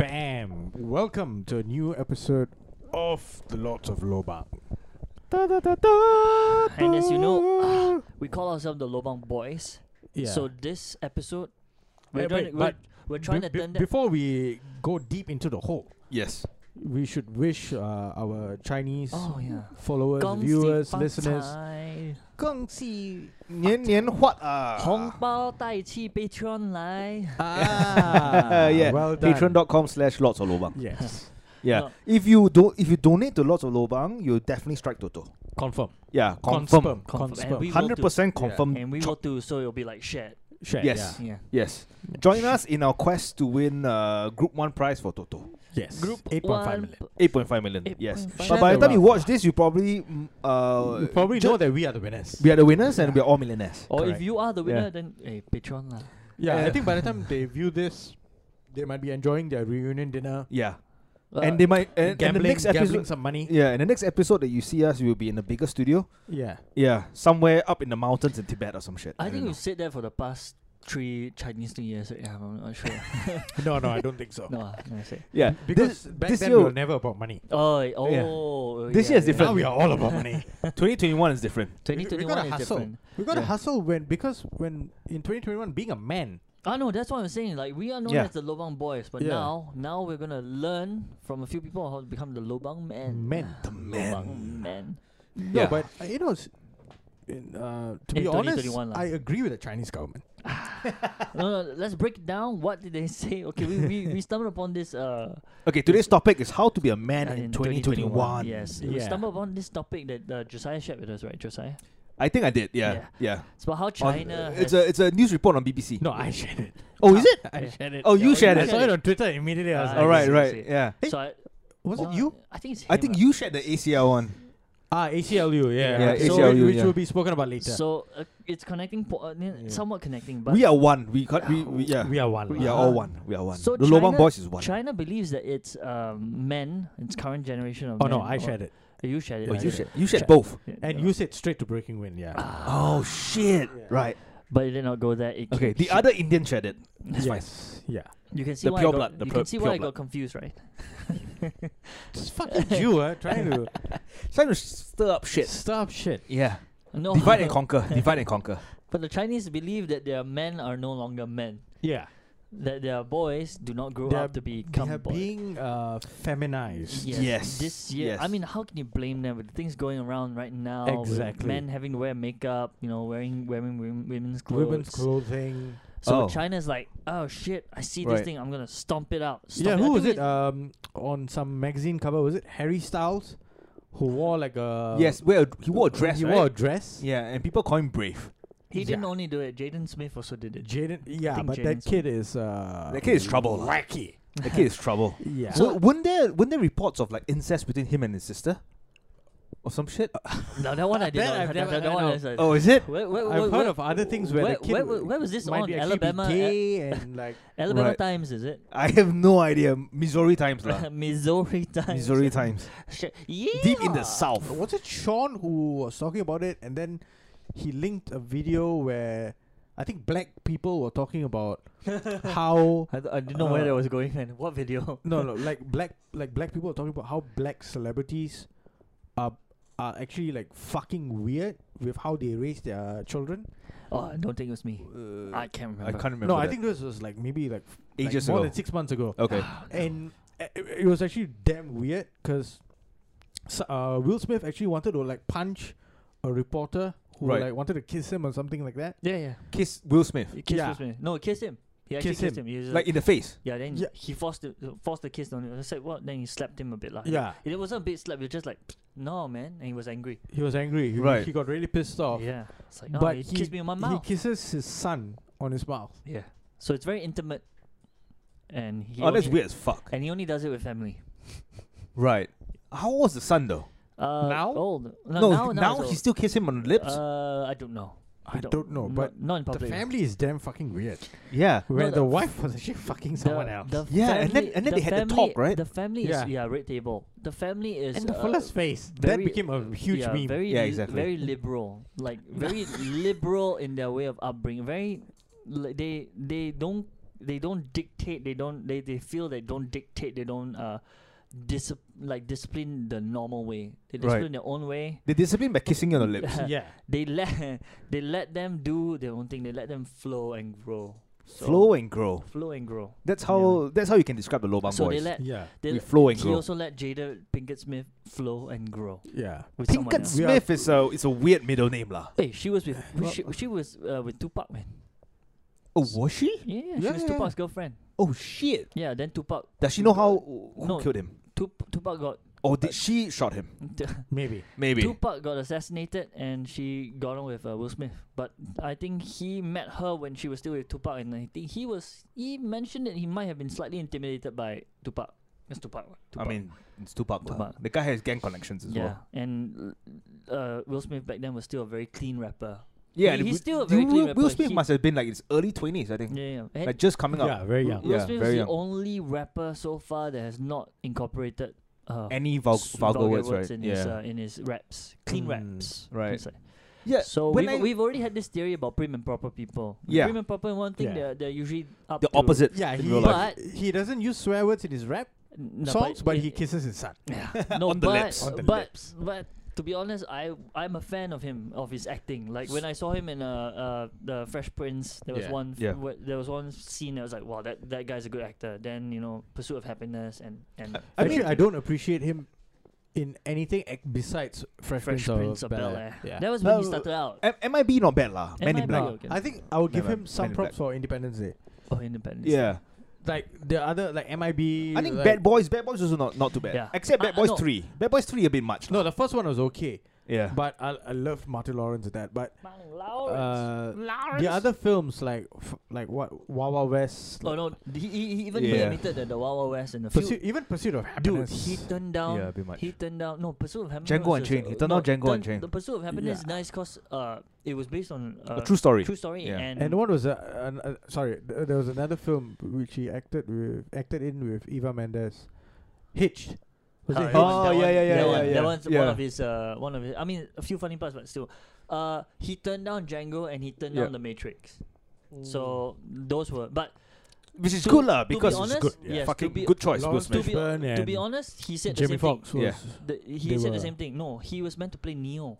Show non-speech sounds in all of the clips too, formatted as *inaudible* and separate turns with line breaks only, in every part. am. Welcome to a new episode of The Lords of Loba.
And as you know, we call ourselves the Lobang Boys.
yeah.
So this episode, we're,
Yeah,
trying,
wait,
we're,
but
we're trying
Be-
to
be-
turn that.
before we go deep into the hole,
Yes.
we should wish uh, our Chinese
Oh yeah.
followers,
Gong xi
viewers,
bao
listeners,
cai,
更是年年发啊！
Hongbao tai chi Patreon lai.
ah,
yeah.
well done.
Patreon.com slash lots of lobang.
*laughs*
Yes,
Yeah.
No.
If you do if you donate to lots of lobang, you definitely strike Toto.
confirm,
Yeah.
confirm,
Confirm. And we will
Hundred percent
do. Yeah.
confirmed.
And we
Cho-
will too, so it'll be like shared.
Share,
Yes.
Yeah.
yes. Join us in our quest to win uh, Group One prize for Toto.
yeah. yes,
Group
eight point five million.
p-
Eight point five million. yes.
8.5
But by the
million.
time you watch this, you probably mm, uh,
You probably
ju-
know Oh. that we are the winners.
we are the winners and
Yeah.
we are all millionaires.
Or
Correct.
if you are the
Yeah.
winner, then hey, Patreon lah.
Yeah, I
Yeah.
think by the time they view this, they might be enjoying their reunion dinner,
Yeah.
Uh,
and they might and, and the
gambling,
next
gambling
episode.
some money.
Yeah, and the next episode that you see us, we will be in a bigger studio.
Yeah,
Yeah, somewhere up in the mountains in Tibet or some shit.
I think
don't
you said that for the past three Chinese New Years. Yeah, I'm not sure. *laughs*
no, no, I don't think so.
no, ah, no, I said.
Yeah,
Because
this,
back
this
then
year,
we were never about money.
Oh, eh, oh.
This
yeah,
year is
yeah.
different.
Now we are all about
*laughs*
money.
2021 is different.
We- we
2021
gotta
is
hustle.
different.
We gotta
Yeah.
hustle when because when in 2021 being a man.
I know that's what I'm saying. Like we are known
Yeah.
as the Lobang Boys, but
Yeah.
now now we're gonna learn from a few people how to become the Lobang Men.
Men. The
Lobang Men.
No,
Yeah.
but uh, you know, s- in, uh, to
In
be honest,
2021 lah.
I agree with the Chinese government.
no, no, let's break it down. What did they *laughs* say? Okay, we we, we stumbled upon this uh
Okay, today's topic is how to be a man in,
in
2021.
Yes, we
Yeah.
stumbled upon this topic that uh, Josiah shared with us, right, Josiah?
I think I did. Yeah, yeah.
It's about how
On- uh,
China. has-
it's a it's a news report on BBC.
No, I shared it.
Oh, is it?
I
Yeah.
shared it.
Oh, you
Yeah,
shared
you
I
it.
saw it on Twitter immediately. I was
Ah,
like,
All right,
I see, I
right.
see.
Yeah.
so I,
Was
oh,
it you?
I think it's.
I
him,
think
ah.
you shared the ACL one.
Ah, ACLU. Yeah,
Yeah,
So
ACLU,
which
yeah.
will be spoken about later.
So uh, it's connecting, po- uh, n-
Yeah.
somewhat connecting, but
We are one. We got we, we yeah.
we are one.
We
lah.
are all one. We are one.
So
the Lobang
China-
Boys is one.
China believes that it's um, men, its current generation of
Oh no,
men,
I
or-
shared it,
Uh, You shared it.
Oh,
I
you
did.
shared you shared
Chi-
both.
Yeah,
and
yeah.
you said straight to breaking wind.
*clears throat*
Yeah.
Oh shit! Right.
But it did not go there. It
Okay.
came
The
here.
other Indian shared it. It's fine.
yes. Yeah.
You can see
the
why I
pure
got,
blood, the
you
pure-
can see
pure
why I
blood.
got confused, right?
It's fucking Jew, *laughs* uh, trying to
Trying to stir up shit.
stop shit.
Yeah.
No.
Divide and conquer. Divide and conquer.
But the Chinese believe that their men are no longer men.
Yeah.
That their boys do not grow
They are-
up to become
they are
boys.
being uh, feminized.
Yes.
Yes,
This year, I
yes.
mean, how can you blame them with the things going around right now? with
Exactly.
Men having to wear makeup, you know, wearing wearing wom- women's clothes.
Women's clothing.
So
Oh.
China's like, oh shit, I see this
Right.
thing, I'm gonna stomp it out. Stomp
yeah,
it.
who
I
was
think
it? Um, on some magazine cover, was it Harry Styles, who wore like a
yes. Wear a, he wore a dress.
He
right?
wore a dress.
Yeah, and people call him brave.
He didn't
Yeah.
only do it. Jaden Smith also did
*laughs*
it.
Jaden. Yeah,
think
but
Jaden
that kid is uh,
That kid is trouble lah.
Wacky.
The kid is *laughs* trouble.
Yeah.
So weren't there weren't there reports of like incest between him and his sister, or some shit?
Uh, no, that one I did.
That
not.
I've
that,
never-
that,
I
that one
know.
is like,
Oh, is it?
where, where,
I've
where,
heard
where,
of other things where,
where,
the kid
where, where, where was this
might
on?
be actually be
Alabama, uh, A-
gay and like
Alabama
Right.
Times, is it?
I have no idea. Missouri
*laughs*
Times lah. *laughs*
Missouri
*laughs*
Times.
Missouri Times.
*laughs* Shit. Yeah.
Deep in the south.
was it Sean who was talking about it, and then he linked a video where I think black people were talking
*laughs*
about how
I, th- I didn't know where
Uh,
that was going, man. What video?
*laughs* no no like black like black people were talking about how black celebrities are are actually like fucking weird with how they raise their children.
Oh, I don't think it was me. I can't
I
remember. *sighs*
can't remember.
no, Uh, I
that.
think this was like maybe like, f- like
ages
more
ago.
than six months ago.
okay.
and i- i- it was actually damn weird because uh, Will Smith actually wanted to like punch a reporter who
Right.
like wanted to kiss him or something like that.
Yeah, yeah.
Kiss Will Smith
He kissed
Yeah.
was me. No, kiss him. He actually
Kiss
kissed
him.
him. He was
like in the face.
yeah, then
Yeah.
he forced the forced the kiss on him. I said what? Then he slapped him a bit like.
Yeah,
It wasn't a bit slap. It was just like no, man, and he was angry.
he was angry. He,
Right.
he got really pissed off.
Yeah, it's like no,
but
he,
he-
kissed me on my
He
mouth.
kisses his son on his mouth.
yeah, so it's very intimate, and he
oh, that's
only-
weird as fuck.
And he only does it with family.
Right. How was the son though?
Uh,
Now?
old. No,
no,
now, now,
now
it's
he
old.
still kiss him on the lips.
Uh, I don't know.
I don't know,
not-
but
not in
the
public.
family is damn fucking weird.
yeah.
Where
the
the
f-
wife was actually fucking someone else.
The
Yeah, and then- and then they had the
family-
talk, right?
The family is
Yeah.
yeah, red table. The family is
and the
uh,
fella's face. That
very-
became a huge
yeah,
meme.
Very
Yeah,
li-
exactly.
Very liberal,
*laughs*
like very liberal in their way of upbringing. Very, like, they they don't they don't dictate they don't they, they feel they don't dictate they don't uh discipl- like discipline the normal way they
Right.
discipline their own way
They discipline by kissing you on the lips.
*laughs* yeah.
they let *laughs* they let them do their own thing they let them flow and grow *laughs* so
flow and grow.
flow and grow
That's how that's how you can describe the Lobang
so
boys.
they let
Yeah.
they
we
let-
flow and
he
grow.
also let Jada Pinkett Smith flow and grow
Yeah.
with someone
Pinkett
else.
We are-
Smith is a is a weird middle name lah.
Hey, she was with
Well-
she, she was uh, with Tupac man.
Oh was she?
Yeah, yeah, she
Yeah,
was
yeah,
Tupac's girlfriend.
Oh shit.
Yeah, then Tupac
Does she know how who
No.
killed him?
Tup- Tupac got
Or did she shot him?
Maybe.
Maybe.
Tupac got assassinated and she got on with uh, Will Smith. But I think he met her when she was still with Tupac, and I think he was he mentioned that he might have been slightly intimidated by Tupac. It's Tupac. right?
I
Tupac.
mean, it's Tupac. lah.
Tupac.
The guy has gang connections as
yeah,
well.
and uh, Will Smith back then was still a very clean rapper.
Yeah,
He-
and
he's
Wi-
still a
Wi-
very clean
Will, Will
rapper.
Smith
He-
must have been like his early twenties, I think.
Yeah, yeah. And
Like just coming
Yeah.
up.
Very
Will *laughs*
young.
Will
Mm. Yeah,
Smith
very
is the
young.
only rapper so far that has not incorporated uh,
Any vul-
s-
vulgar, words, right?
in
yeah. Hmm,
his uh, in his raps, clean
Mm,
raps.
right.
inside.
yeah.
So
when
we've,
I-
we've already had this theory about prim and proper people.
Yeah.
Prim and proper in one thing,
Yeah.
they're, they're usually up
the
to-
opposite.
Yeah.
in
He,
real life.
but he doesn't use swear words in his rap
N- no,
songs, but,
in-
he kisses his son.
*laughs*
Yeah. No,
On the
but,
lips.
On the
but,
lips.
but to be honest, I I'm a fan of him of his acting. Like when I saw him in uh, uh the Fresh Prince, there was
Yeah.
one f-
Yeah.
where- there was one scene that was like, wow, that that guy's a good actor. Then you know, Pursuit of Happiness and and
I
Fresh
mean, I
Prince.
don't appreciate him in anything ec- besides Fresh,
Fresh Prince of Bel Air. That was when he
No,
started out.
M- MIB not bad lah. Men in
MIB,
Black.
No,
okay.
I think I will give
Never-
him some
Men in Black.
props for Independence Day.
Oh, Independence.
Yeah.
Like the other, like MIB.
I think
like-
Bad Boys, Bad Boys also not, not too bad.
Yeah.
Except
Uh,
Bad Boys
no.
3. Bad Boys 3 a bit much.
No, the first one was okay,
Yeah.
but I I loved Martin Lawrence and that. But
Martin Oh, Lawrence.
uh, the other films like f- like what Wawa West,
Oh no, he, he he even
Yeah.
admitted that the Wild Wild West and the few-
Pursuit, even Pursuit of
Dude,
Happiness.
he turned down.
yeah, a bit much.
He turned down. No, Pursuit of Happiness.
Django
was
Unchained.
a-
He turned
no,
down Django
turn-
Unchained.
The Pursuit of Happiness is
Yeah.
nice because uh, it was based on uh,
a true story.
True story.
Yeah.
And,
and what was that? Uh, uh, sorry, th- there was another film which he acted with, acted in with Eva Mendes, Hitched. Was
Uh,
it
that
Hitched?
Oh,
one- that
yeah,
one-
yeah, yeah,
that
yeah,
one-
yeah.
That one's one
Yeah.
of his. Uh, one of his. I mean, a few funny parts, but still. Uh, he turned down Django and he turned
Yeah.
down The Matrix. So those were, but
Which is
to-
good lah,
to be
Uh, because
honest,
it's good. Yeah.
yes, to
Fucking
be-
good choice, Will
Lawrence
Smith.
to be,
Fishburne
to be
and
honest, he said
Jamie
the same
Foxx
thing.
was.
Yeah.
The, he
They
said
were-
the same thing. No, he was meant to play Neo.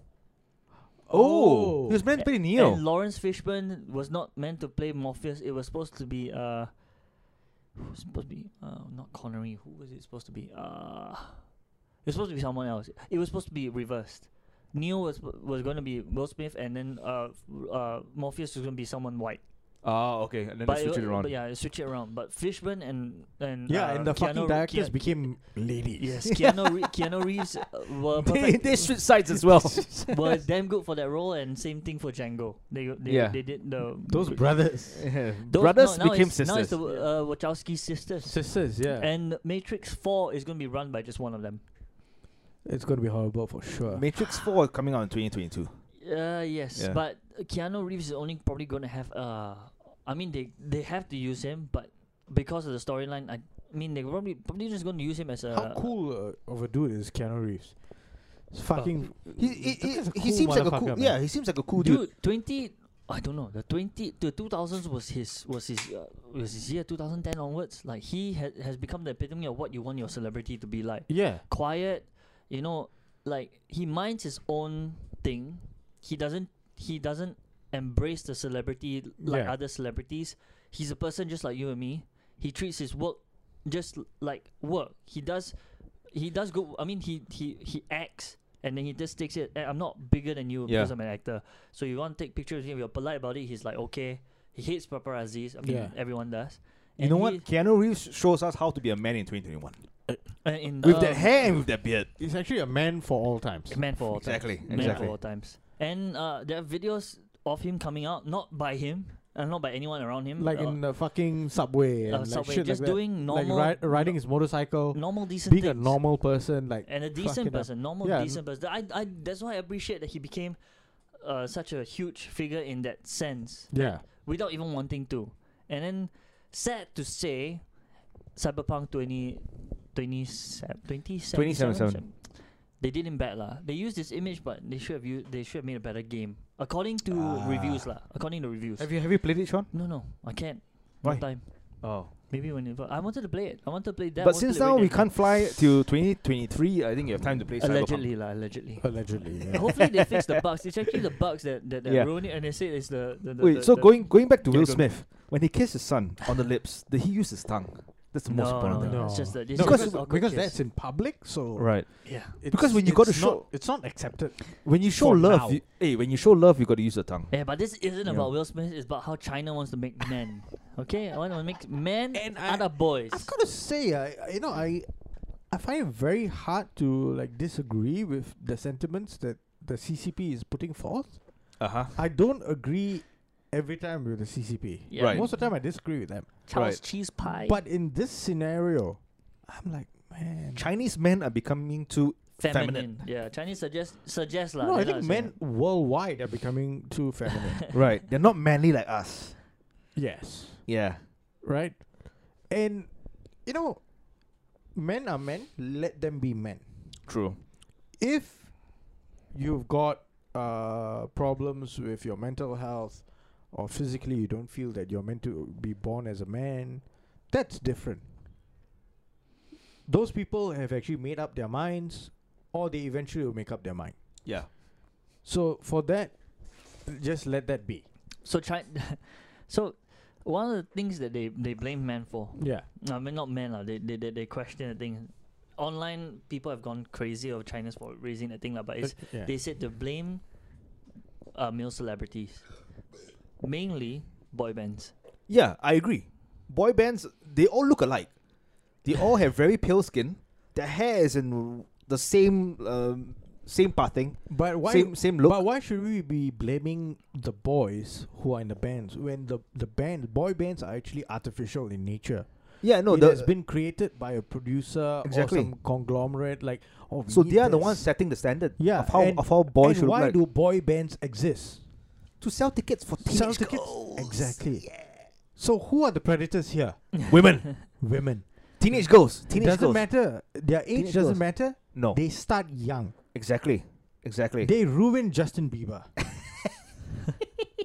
Oh, he was meant to
A-
play Neo.
And Lawrence Fishburne was not meant to play Morpheus. It was supposed to be uh, who was supposed to be uh, not Connery. Who was it supposed to be? Uh, it was supposed to be someone else. It was supposed to be reversed. Neo was was going to be Will Smith, and then uh, uh, Morpheus was going to be someone white.
Ah, okay. And then they
But
switch
wa-
it around.
But yeah, switch it around. But Fishburne and and
yeah,
uh,
and the fucking
Keanu-
directors
Kea-
became ladies. *laughs*
Yes, *laughs* Keanu, Re- Keanu Reeves uh, were
*laughs* They,
perfect.
they switch sides as
*laughs*
well.
were damn good for that role, and same thing for Django. They they,
Yeah.
they did the
Those brothers,
Yeah.
Those-
Brothers
no, now
became
it's, Now
sisters.
it's the uh, Wachowski
*laughs*
sisters.
sisters. Yeah,
And Matrix 4 is going to be run by just one of them.
it's gonna be horrible for sure.
*laughs* Matrix 4 is coming out in 2022.
Uh, yes,
Yeah.
but Keanu Reeves is only probably going to have. Uh, I mean, they they have to use him, but because of the storyline, I mean, they're probably, probably just going to use him as a.
How cool uh, of a dude is Keanu Reeves? It's fucking.
He, he,
That guy's a
he, he
cool
seems like a cool.
motherfucker, man.
Yeah, he seems like a cool dude.
Dude, 20. I don't know. The 20 the 2000s was his was his uh, was his year 2010 onwards. Like he ha- has become the epitome of what you want your celebrity to be like.
Yeah.
quiet. You know, like he minds his own thing. He doesn't. He doesn't embrace the celebrity l- like
Yeah.
other celebrities. He's a person just like you and me. He treats his work just l- like work. He does. He does good. I mean, he he he acts. And then he just takes it. "Eh, I'm not bigger than you because
Yeah.
I'm an actor. So you want to take pictures of him? You're polite about it. He's like, okay. He hates paparazzis. I mean,
Yeah.
everyone does.
You know
And
what?
he-
Keanu Reeves shows us how to be a man in 2021.
uh, in,
With that
um,
hair and with that beard.
He's actually a man for all times.
Man for all time.
Exactly.
Man
Exactly.
for all times. And uh, there are videos of him coming out, not by him, and not by anyone around him.
Like
uh,
in the fucking subway and
uh,
like
subway,
shit
just
like that.
doing
like
normal,
ri- riding his motorcycle,
normal decent
being a
things. Eh,
normal person. Like
and a decent
fucking up.
person, normal
Yeah,
decent person. I, I, that's why I appreciate that he became uh, such a huge figure in that sense,
yeah,
without even wanting to. And then, sad to say, Cyberpunk 20, 27,
2077.
They did him bad lah. They used this image, but they should have used, they should have made a better game, according to reviews
Ah.
lah. According to reviews.
you have you played it, Sean?
No, no, I can't.
Why?
No time.
Oh.
Maybe when it, I wanted to play it, I wanted to play that. I
but
wanted
since
to play
now we
that game.
can't fly till 2023, I think you have time to play Cyberpunk.
Allegedly, lah. Allegedly.
Allegedly. yeah.
Hopefully they fix the bugs. It's actually the bugs that that, that
Yeah.
ruin it, and they say it's the the. the
Wait,
the,
so
the
going going back to
Yeah,
Will
go-
Smith, when he kissed his son on the lips, did he use his tongue? That's the most
No,
important
no,
thing.
no. it's just that this
No,
is
because,
just
because,
awkward kiss.
that's in public, so
Right.
Yeah.
it's-
Because when you go to
it's not-
show-
it's not accepted.
When you show
For now.
love, you, hey, when you show love, you got to use your tongue.
Yeah, but this isn't
Yeah.
about Will Smith. It's about how China wants to
*laughs*
make men. Okay, I want to make men
And
and
I-
other boys.
I've got to say, I you know I I find it very hard to like disagree with the sentiments that the CCP is putting forth.
Uh huh.
I don't agree every time with the CCP.
Yeah.
Right.
Most of the time, I disagree with them.
Charles
Right.
cheese pie.
But in this scenario, I'm like, man.
Chinese men are becoming too.
feminine.
feminine.
Yeah, Chinese suggest suggest lah.
no, I
they're
think
not
men worldwide are becoming too feminine.
right. They're not manly like us.
*laughs* yes.
Yeah.
Right? And, you know, men are men. Let them be men.
True.
if you've got uh, problems with your mental health or physically you don't feel that you're meant to be born as a man, that's different. Those people have actually made up their minds or they eventually will make up their mind.
Yeah.
So for that, just let that be.
*laughs* So China. *laughs* so one of the things that they they blame men for.
Yeah.
No, I mean not men lah. They they they, they question the thing. Online people have gone crazy of China's for raising the thing lah. But it's they said to blame uh, male celebrities, mainly boy bands.
Yeah, I agree. Boy bands, they all look alike. They all have very pale skin. Their hair is in the same um, same parting.
But why
Same same look.
But why should we be blaming the boys who are in the bands when the the band boy bands are actually artificial in nature?
yeah, no,
it
the,
has been created by a producer
Exactly.
or some conglomerate. Like, oh, we
so
need
they are the
this.
ones setting the standard
Yeah,
of how
and-
of how
and
boys should
why
look like.
do boy bands exist?
to sell tickets for teenage
Sell tickets?
girls.
Exactly. So who are the predators here?
Women,
*laughs* Women.
teenage girls,
It doesn't
teenage girls.
matter. Their age
Teenage
doesn't
girls. Oh.
matter.
No,
They start young.
exactly, exactly.
They ruined Justin
*laughs*
Bieber.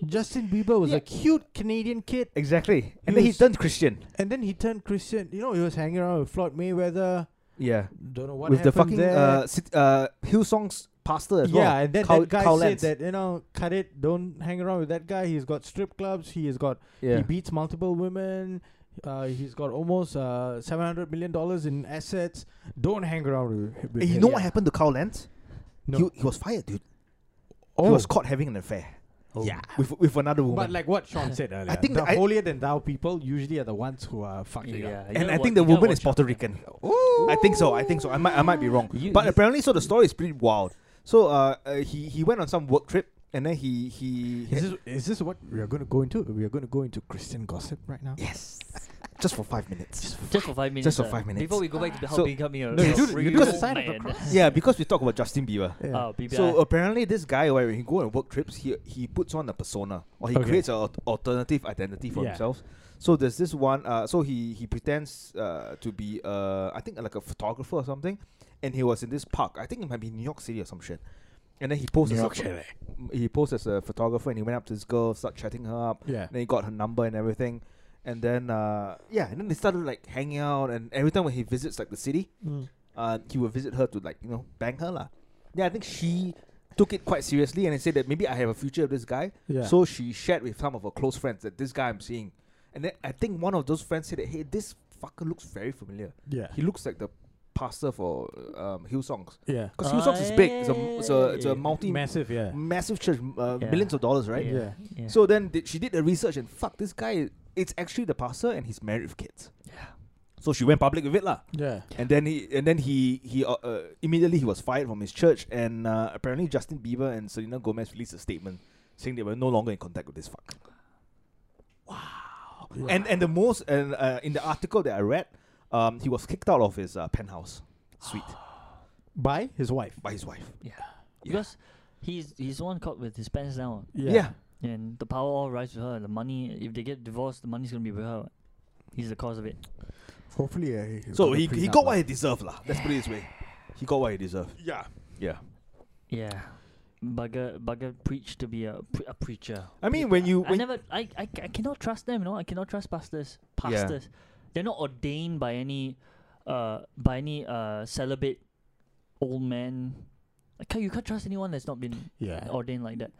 Justin Bieber was
Yeah.
a cute Canadian kid,
exactly,
He
and then he
was-
turned Christian.
and then he turned Christian. You know, he was hanging around with Floyd Mayweather.
Yeah,
Don't know what
with the
happened
fucking
there.
uh, sit, uh Hillsong's pastor as
yeah,
well.
and then
Cow-
that guy
Cow
said
Lance.
that you know, cut it. Don't hang around with that guy. He's got strip clubs. He has got he
Yeah,
beats multiple women. Uh, he's got almost uh, seven hundred million dollars in assets. Don't hang around with, with
And Eh, you
him.
know what
Yeah.
happened to Carl Lentz?
No.
He, he was fired, dude.
oh.
He was caught having an affair.
Yeah.
with with another woman.
Oh. But like what Sean
*laughs*
said earlier,
think
the
that I-
holier than thou people usually are the ones who are fucking up.
you
and
gotta
I think
wa-
the
you gotta
woman is
watch out.
Puerto Rican. I think so. I think so. I might I might be wrong.
You-
but
you-
apparently, so the story is pretty wild. So uh, uh he he went on some work trip and then he he
Is this, is this what we are going to go into? We are going to go into Christian gossip right now.
yes, just for five minutes.
Just for five minutes.
Just for
uh,
five minutes.
Before we go back to how
So-
becoming a
No, you
a
do- you do
real
the sign of the
man.
cross.
yeah, because we talk about Justin Bieber.
Yeah.
Oh, BBI.
So apparently, this guy when he go on work trips, he he puts on a persona or he
Okay.
creates an alternative identity for
Yeah.
himself. So there's this one. Uh, so he he pretends uh, to be uh, I think like a photographer or something, and he was in this park. I think it might be New York City or some shit. And then he posed
New
as a
York
pho-
City.
he posed as a photographer and he went up to this girl, started chatting her up.
Yeah.
Then he got her number and everything. And then uh, yeah, and then they started like hanging out. And every time when he visits like the city, uh, he would visit her to like you know bang her lah. Yeah, I think she took it quite seriously and said that maybe I have a future with this guy.
Yeah.
So she shared with some of her close friends that this guy I'm seeing, and then I think one of those friends said that hey, this fucker looks very familiar.
yeah.
He looks like the pastor for uh, um, Hillsongs
Yeah.
because Hillsongs is big. It's a it's a, it's a multi
massive. Yeah.
massive church, uh,
Yeah.
millions of dollars, right?
Yeah.
yeah.
So then th- she did the research and fuck this guy. It's actually the pastor and he's married with kids.
Yeah.
So she went public with it lah
Yeah.
and then he and then he he uh, uh, immediately he was fired from his church and uh, apparently Justin Bieber and Selena Gomez released a statement saying they were no longer in contact with this fuck. Wow. And and the most and uh, in the article that I read, um, he was kicked out of his uh, penthouse *gasps* suite
By his wife.
by his wife.
Yeah. Because he's he's the one caught with his pants down,
Yeah.
and the power all rides with her. The money, if they get divorced, the money's gonna be with her. He's the cause of it.
Hopefully, uh, he
So he,
a
he
prenup
got
lah.
what he deserved lah. Let's put it this way, he got what he deserved.
Yeah.
Yeah.
Yeah. bugger bugger preach to be a, pre- a preacher.
I mean, when you-
I
when-
never, I, I, ca- I cannot trust them. You know, I cannot trust pastors. Pastors, they're not ordained by any, uh, by any uh celibate old man. I can't, you can't trust anyone that's not been
Yeah.
ordained like that.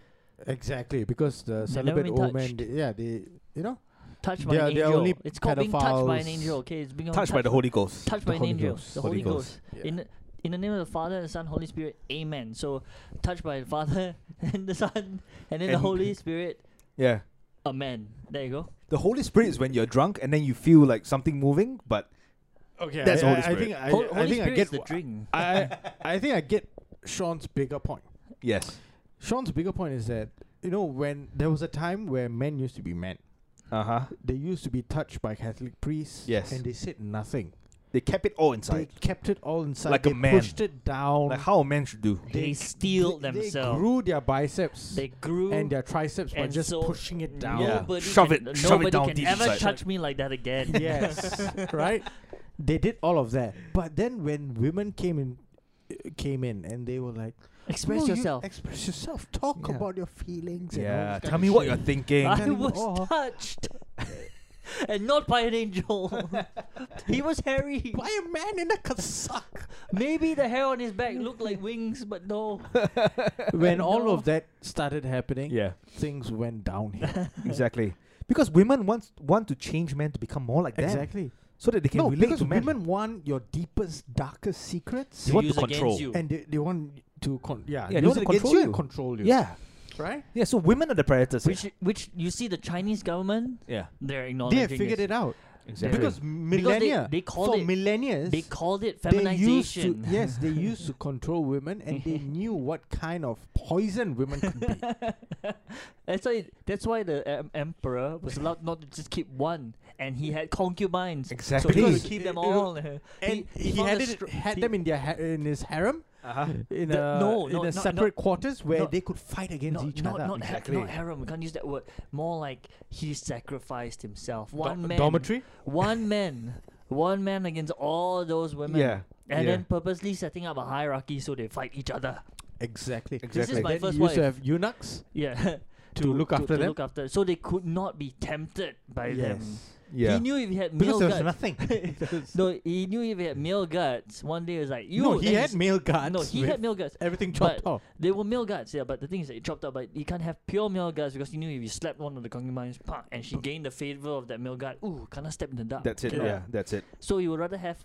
Exactly, because the
They've never
celibate
been
old men,
touched.
they, yeah, they, you know,
Touched by
They are-
an
they are
angel.
only
It's called being touched by an
pedophiles.
angel. Okay, it's being
Touched by the Holy Ghost.
touched
The
by an
Holy
angel,
Ghost.
the
Holy
Holy,
Ghost.
Ghost.
Yeah.
In the, in the name of the Father, and the Son, Holy Spirit, Amen. So, touched by the Father *laughs* and the Son, and then the
And-
Holy Spirit,
Yeah.
Amen. There you go.
The Holy Spirit is when you're drunk and then you feel like something moving, but
okay,
That's
I,
Holy
I- I
Spirit.
think I,
Hol-
I
Holy
think I
Spirit
get
is the
wh-
drink. *laughs*
I, I think I get Sean's bigger point.
yes.
Sean's bigger point is that you know when there was a time where men used to be men,
Uh huh.
they used to be touched by Catholic priests,
Yes.
and they said nothing.
They kept it all
They
inside,
kept it all inside,
Like a
they
man.
pushed it down.
like how a man should do.
*laughs*
They steeled themselves.
They grew their biceps
They grew
and their triceps by
and
just
so Mm,
pushing it down.
Yeah.
Nobody
Shove
can,
it- shove it
nobody
down
can
deep
ever
inside.
touch me like that again.
yes, right. They did all of that, but then when women came in, uh, came in, and they were like,
Express
"No, you
yourself.
*laughs* express yourself, talk
Yeah.
about your feelings." and all
Yeah.
this
Tell
kind
me
of
what
shit."
*laughs* you're thinking.
I
Then- Oh.
was touched. *laughs* and not by an angel. *laughs* he was hairy.
*laughs* Why a man in a *laughs* cassock?
Maybe the hair on his back looked like wings, but no.
when
No.
all of that started happening,
yeah.
things went *laughs* downhill.
Exactly. Because women want want to change men to become more like them,
exactly.
so that they can
no,
relate
because
to men.
women want your deepest, darkest secrets,
They
To
want to
use against
control.
you.
and they, they want to con- yeah,
Yeah,
they want
use
to
it against
control you. and
you.
control you.
yeah.
right.
Yeah. So women are the predators. here.
Which, which you see the Chinese government,
yeah.
they're
They
acknowledging
have figured
this.
it out
Exactly.
because millennia
they called
for
it-
millennia
They called it
They used to,
feminization.
yes,
*laughs*
they used to control women, and they knew what kind of poison women could be.
*laughs* that's why. That's why the em- emperor was allowed not to just keep one, and he had concubines.
Exactly.
So he *laughs*
Because-
could keep them
You know,
all.
And he,
found
had,
a
it,
str-
had
he-
them in their ha- in his harem,
uh-huh.
in
The-
a
no,
in
no,
a
not-
separate quarters where
not-
they could fight against
not,
each
not,
other.
Not, ha-
Exactly.
not harem. We can't use that word. More like he sacrificed himself.
Do-
One man.
dormitory.
One man. One man against all those women.
Yeah.
And
yeah.
then purposely setting up a hierarchy so they fight each other.
Exactly.
This is Exactly.
my
Then
first
you used to
wife.
have eunuchs
Yeah. *laughs*
to, look after
to
them.
look after. So they could not be tempted by them.
yeah.
He knew if he had
because there
male
was
guts. *laughs*
nothing. *laughs*
No, he knew if he had male guts. One day it was like you.
no, he
then
had
he's-
male guards.
No, he
with
had male guts.
everything chopped
but-
off.
They were male guts, yeah. But the thing is that he chopped up. But you can't have pure male guts because he knew if you slapped one of the concubines, pah, and she gained the favor of that male gut. Ooh, cannot step in the dark.
That's it. Yeah.
Cannot.
That's it.
So you would rather have.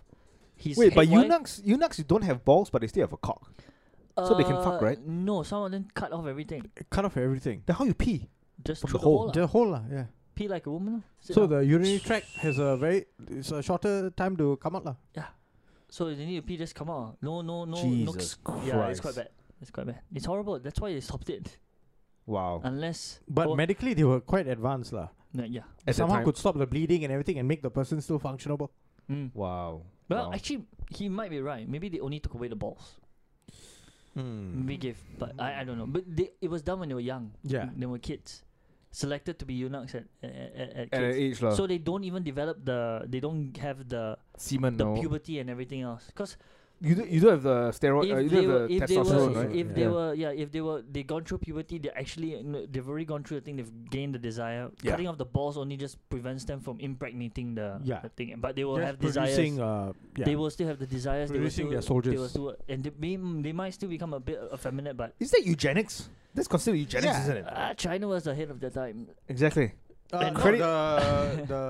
His
Wait,
head
but
wife-
eunuchs, eunuchs, you don't have balls, but they still have a cock. so they can fuck,
Uh,
right?
No, some of them cut off everything.
Cut off everything.
Then how you pee?
Just
From
through
the
the,
hole.
hole.
The whole, lah, yeah.
Pee like a woman. lah. Sit
So
down.
the urinary tract has a very it's a shorter time to come out lah.
So they need to pee, just come out. No, no, no.
Jesus
no, Yeah, it's
Christ.
quite bad. It's quite bad. It's horrible. That's why they stopped it.
Wow.
Unless.
But
oh,
medically they were quite advanced lah.
no, yeah.
They
At that
somehow
time-
could stop the bleeding and everything and make the person still functionable.
Mm.
Wow.
Well,
wow.
actually, he might be right. Maybe they only took away the balls.
Mm. Hmm.
Maybe gave, but I, I don't know. But they, it was done when they were young.
Yeah.
They were kids, selected to be eunuchs at at, at, at
at an
kids.
age lah.
so they don't even develop the. They don't have the
semen
the
no.
puberty and everything else. Because
You do, you don't have the steroid. Uh, you
if
don't
they
have
were,
the
if they
testosterone,
were,
testosterone,
right?
if they
Yeah.
were, yeah, if they were, they gone through puberty. They actually, n- they've already gone through the thing. They've gained the desire.
Yeah.
Cutting off the balls only just prevents them from impregnating the,
Yeah.
the thing. But they will
Just
have desires.
producing, uh, yeah.
They will still have the desires. They will
Producing
still,
their
They will
soldiers.
still, and they, may, they might still become a bit effeminate, but
Is that eugenics? That's considered eugenics,
Yeah.
isn't it?
uh, China was ahead of their time.
Exactly.
Uh,
and
no,
credit-
*laughs*
the the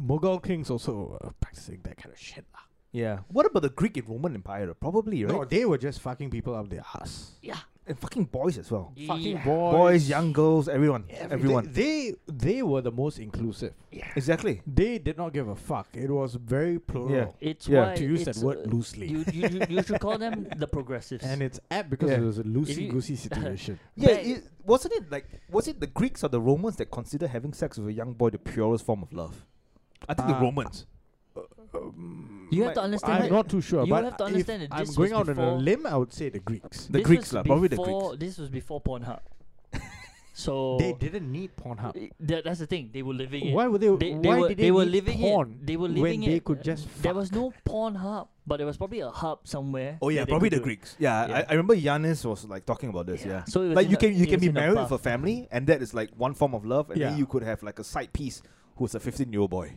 Mughal kings also uh, practicing that kind of shit lah.
Yeah. What about the Greek and Roman Empire? though? Probably right.
No, they were just fucking people up their ass.
Yeah.
and fucking boys as well.
Fucking
Yeah.
boys,
Boys, young girls, everyone,
everything.
everyone.
They, they were the most inclusive.
Yeah.
exactly.
They did not give a fuck. It was very plural.
It's
Yeah.
why
To use that
it's,
word
uh,
loosely.
You, you, you, you should call them the progressives.
And it's apt because
Yeah.
it was a loosey goosey
*laughs* loosey-goosey
situation.
situation.
Yeah,
Back-
it, wasn't it like was it the Greeks or the Romans that consider having sex with a young boy the purest form of love? I think
Uh,
the Romans.
you have
Like,
to understand.
I'm
that
not too sure,
you
but
have to
if
understand that
I'm
this
going
was
out on a
before-
limb. I would say the Greeks.
The
this
Greeks
was
lah, probably
*laughs*
the
before- This was before Pornhub. So
They didn't need Pornhub.
i- that, that's the thing. They were living it.
Why were they?
They, they
why
were,
did
they,
they,
were
need
living
porn
it. They were
when
living it.
they could just?
There was
fuck?
no porn hub, but there was probably a hub somewhere.
Oh yeah,
that they
probably
could
the
do it.
Greeks. Yeah,
Yeah.
I, I remember Yanis was like talking about this. Yeah.
So it was
like
in
you
a-
can you
it
can
was
be
in a
married with
pub.
a family, and that is like one form of love, and
Yeah.
then you could have like a side piece who's a fifteen-year-old boy.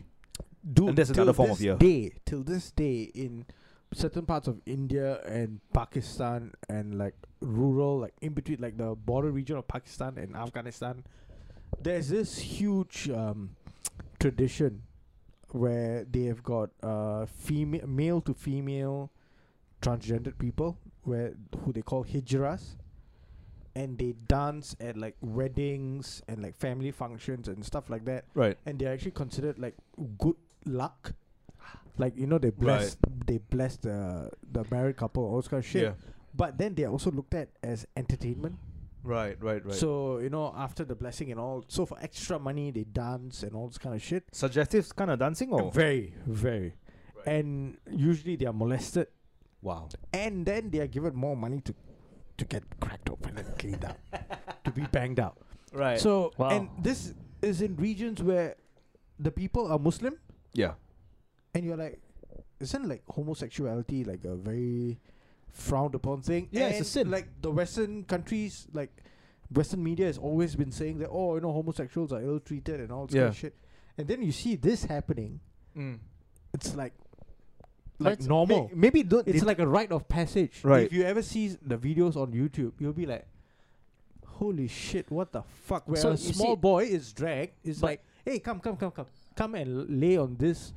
Dude,
And that's
till
another form of
this
yeah.
Day till this day in certain parts of India and Pakistan and like rural, like in between, like the border region of Pakistan and Afghanistan, there's this huge um, tradition where they have got uh, female, male to female, transgendered people where who they call hijras. And they dance at like weddings and like family functions and stuff like that
Right.
and they're actually considered like good luck. Like you know, they bless they bless the the married couple, all this kind of shit. But then they are also looked at as entertainment.
Right. Right.
So you know, after the blessing and all, so for extra money they dance and all this kind of shit.
suggestive kind of dancing or
Very, very,
Oh. Right.
and usually they are molested,
wow.
and then they are given more money to to get cracked open and cleaned
*laughs*
up, to be banged out.
Right.
So
Wow.
and this is in regions where the people are Muslim.
yeah.
and you're like, isn't like homosexuality like a very frowned upon thing?
Yeah, it's a
And,
sin.
Like the Western countries, like Western media has always been saying that oh, you know, homosexuals are ill treated and all this kind of
Yeah.
shit. And then you see this happening,
Mm.
it's like
But
like
it's-
normal.
May- maybe don't.
it's
they-
like a rite of passage.
Right.
If you ever see s- the videos on YouTube, you'll be like, holy shit, what the fuck? Where
So
a
you
small
see-
boy is dragged, it's
But-
like, hey, come, come, come, come. Come and l- lay on this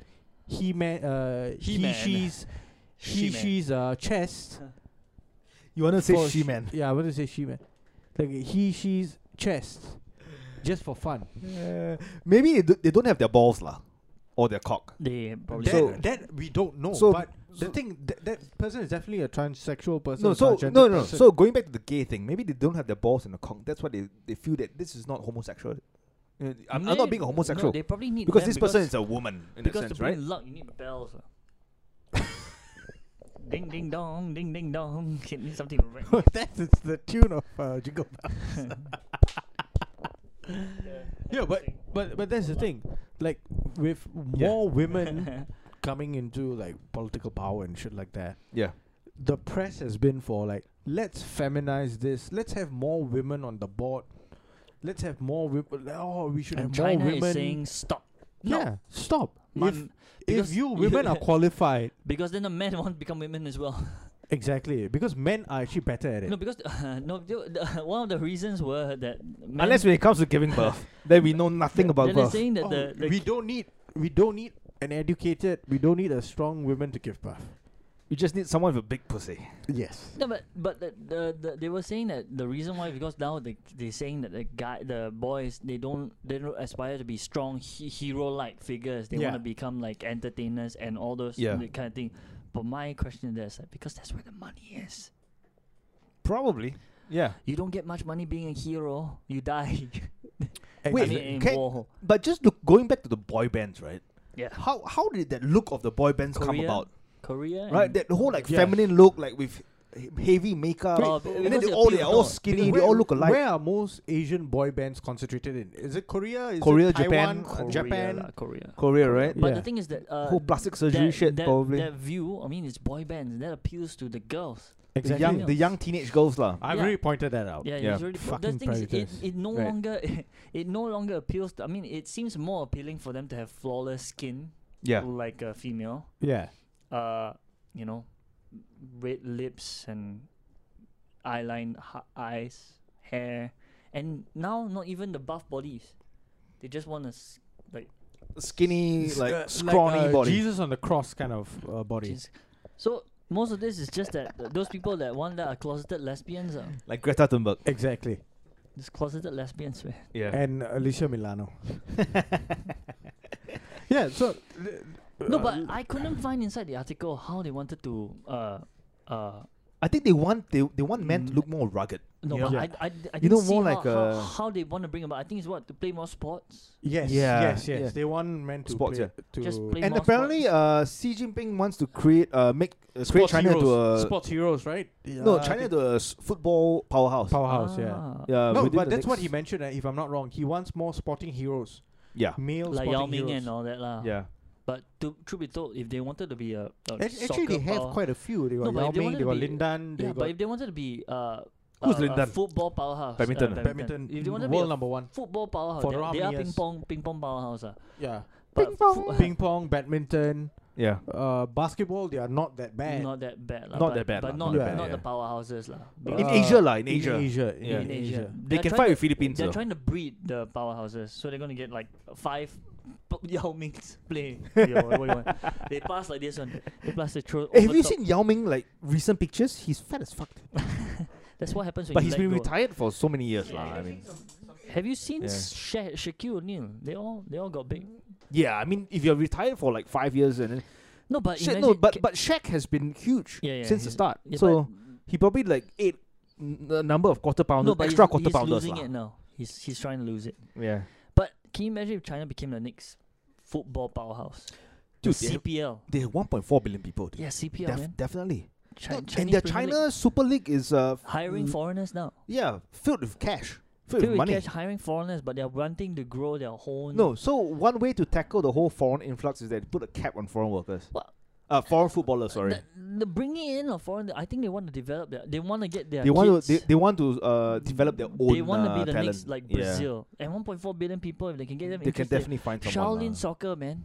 he man, uh, he
He-Man.
she's, he
She-Man.
she's uh, chest.
you want to
for
say
sh-
she man.
Yeah, I want to say she man. Like he, she's chest. Just for fun.
Eh, maybe they, do- they don't have their balls lah, or their cock.
They probably
That,
So-
did.
that we don't know.
so-
but the
so-
thing, that, that person is definitely a transsexual person.
No, so
transgender
no, no.
person. *laughs*
So going back to the gay thing, maybe they don't have their balls in the conk. That's why they, they feel that this is not homosexual. Uh, I'm, I'm
They-
not being a
no,
homosexual
they probably need
because
them
this person
because-
is a woman in that
because
sense,
to bring
right?
luck, you need bells. uh. *laughs* ding ding dong, ding ding dong. *laughs* Give me something ring.
that is the tune of uh, Jingle Bells. yeah, but but but that's the thing. Like with
Yeah.
more women *laughs* coming into like political power and shit like that,
Yeah,
the press has been for like let's feminize this. Let's have more women on the board. Let's have more women. Oh, we should
and
have
China
more women.
is saying stop.
yeah,
No,
stop. If,
man,
if
because-
you women
*laughs*
are qualified,
because then the men *laughs* want to become women as well.
exactly because men are actually better at it.
*laughs* No, because no, the- the- one of the reasons were that men-
unless when it comes to giving
*laughs*
birth, then we know nothing about
then they're
birth.
saying that
Oh,
the, the
we don't need we don't need an educated. We don't need a strong woman to give birth.
You just need someone with a big pussy.
Yes.
No, but but the, the, the they were saying that the reason why because now they they saying that the guy the boys they don't they don't aspire to be strong he, hero like figures they want
Yeah.
to become like entertainers and all those
Yeah.
that kind of thing. But my question there is like because that's where the money is.
Probably. Yeah.
You don't get much money being a hero. You die. *laughs*
Wait,
I mean, in
can-
war.
But just look, going back to the boy bands, right?
Yeah.
How how did that look of the boy bands come
Korea
about?
Korea.
Right,
and-
that whole like
Yeah.
feminine look, like with he- heavy makeup,
Oh,
and then
because
they
it
all
appeal-
they are all
no,
skinny,
Because
they all look alike.
Where are most Asian boy bands concentrated in? Is it Korea? Is
Korea,
it Taiwan,
Japan,
uh,
Korea,
Japan.
lah, Korea.
Korea, right?
But
Yeah.
the thing is that uh,
whole plastic surgery
that,
shit,
that,
probably.
that view. I mean, it's boy bands that appeals to the girls.
the young, the
Females.
young teenage girls, lah.
I've
Yeah.
already pointed that out.
Yeah,
Yeah.
it's really
Fucking
the thing is, it,
prejudice.
it no
Right.
longer *laughs* it no longer appeals to I mean it seems more appealing for them to have flawless skin
Yeah,
like a female.
Yeah.
Uh you know red lips and eyeline ha- eyes, hair and now not even the buff bodies. They just want to s- like
skinny,
S-
like
uh,
scrawny
uh,
body.
Jesus on the cross kind of uh, body.
just- so most of this is just that th- those people that want that are closeted lesbians are
like Greta Thunberg.
Exactly.
just closeted lesbians. man.
Yeah. *laughs*
And Alicia Milano. yeah, so th-
No,
uh,
but I couldn't find inside the article how they wanted to uh uh
I think they want they, they want men to
Mm.
look more rugged.
No,
You
but
know- uh,
I, I, I didn't
know,
see
more
how,
like
how,
a-
how they want to bring about. I think it's what to play more sports.
Yes,
Yeah,
yes, yes.
yeah.
They want men to
Sports,
play,
yeah.
to
Just play
And
more
apparently,
sports.
uh, Xi Jinping wants to create, uh, make uh, create
sports
China
heroes.
to a
sports heroes, right?
no
Yeah, I
China
think-
to a s- football powerhouse.
powerhouse. uh, Yeah.
Ah.
yeah,
no,
within
but
the
that's what he
next-
mentioned. Uh, if I'm not wrong, he wants more sporting heroes,
Yeah,
male
like Yao
sporting
Ming
heroes.
and all that lah.
yeah.
But to, truth be told, if they wanted to be a, a
Ac- actually, they
soccer
have
power-
quite a few. They got
No, but
Yao
if they
Ming,
wanted
they
to
got
be-
Lin Dan, they
yeah, but
got
if they wanted to be uh,
Who's
a-
Lin
a
Dan?
football powerhouse, uh,
Badminton, ah.
badminton.
If they wanted to be
world
a
number one.
football powerhouse,
For
they, are-
around
they are
years.
ping pong ping pong powerhouse. Uh.
Yeah,
But fu-
*laughs* ping pong, badminton,
Yeah,
uh, basketball. They are not that bad.
not that bad, lah,
Not
but,
that bad
but
lah,
not
not that
not
bad,
the powerhouses lah.
in
Uh,
Asia lah, in
in
Asia,
Asia, in,
Yeah.
in Asia.
they
They're
can
trying
fight
to-
with Philippines.
They're
though.
trying to breed the powerhouses, so they're gonna get like five *laughs* p- Yao Ming's play.
*laughs*
Yo, what do you want? They pass like this one. They pass the throw.
Hey,
over
have you
top.
seen Yao Ming like recent pictures? He's fat as fuck,
That's what happens when
but
you
he's
let
been
go.
retired for so many years, lah. I mean,
Have you seen
Yeah.
Sha- Shaquille O'Neal? They all they all got big.
yeah, I mean, if you're retired for like five years and then
No, but
Shit,
imagine,
no, but
ca-
but Shaq has been huge
Yeah, yeah,
since the
he's-
start.
yeah,
so he probably like ate n- a number of quarter
but,
pounders,
no, but
extra
he's,
quarter
he's
pounders,
losing
lah.
it now. He's he's trying to lose it.
Yeah,
But can you imagine if China became the next football powerhouse? The
dude, they have,
CPL.
they have 1.4 billion people. Dude.
Yeah, CPL
Def-
man.
definitely.
Chi-
No, and
Chinese
their
Premier League.
China Super League is uh f-
hiring
mm,
foreigners now.
yeah filled with cash,
Filled
filled, with
with
money.
cash, hiring foreigners, but they're wanting to grow their whole.
No, so one way to tackle the whole foreign influx is that they put a cap on foreign workers.
Well-
Uh, foreign footballers, sorry.
The, the bringing in of foreign, I think they want to develop. Their, they want to get their.
they want
kids.
to they, they want to uh develop their own.
They want to be
uh,
the
talent.
next like
Yeah.
Brazil and 1.4 billion people. If they can get them,
They can
interested.
definitely find someone.
Shaolin
lah.
soccer,
*laughs*
man.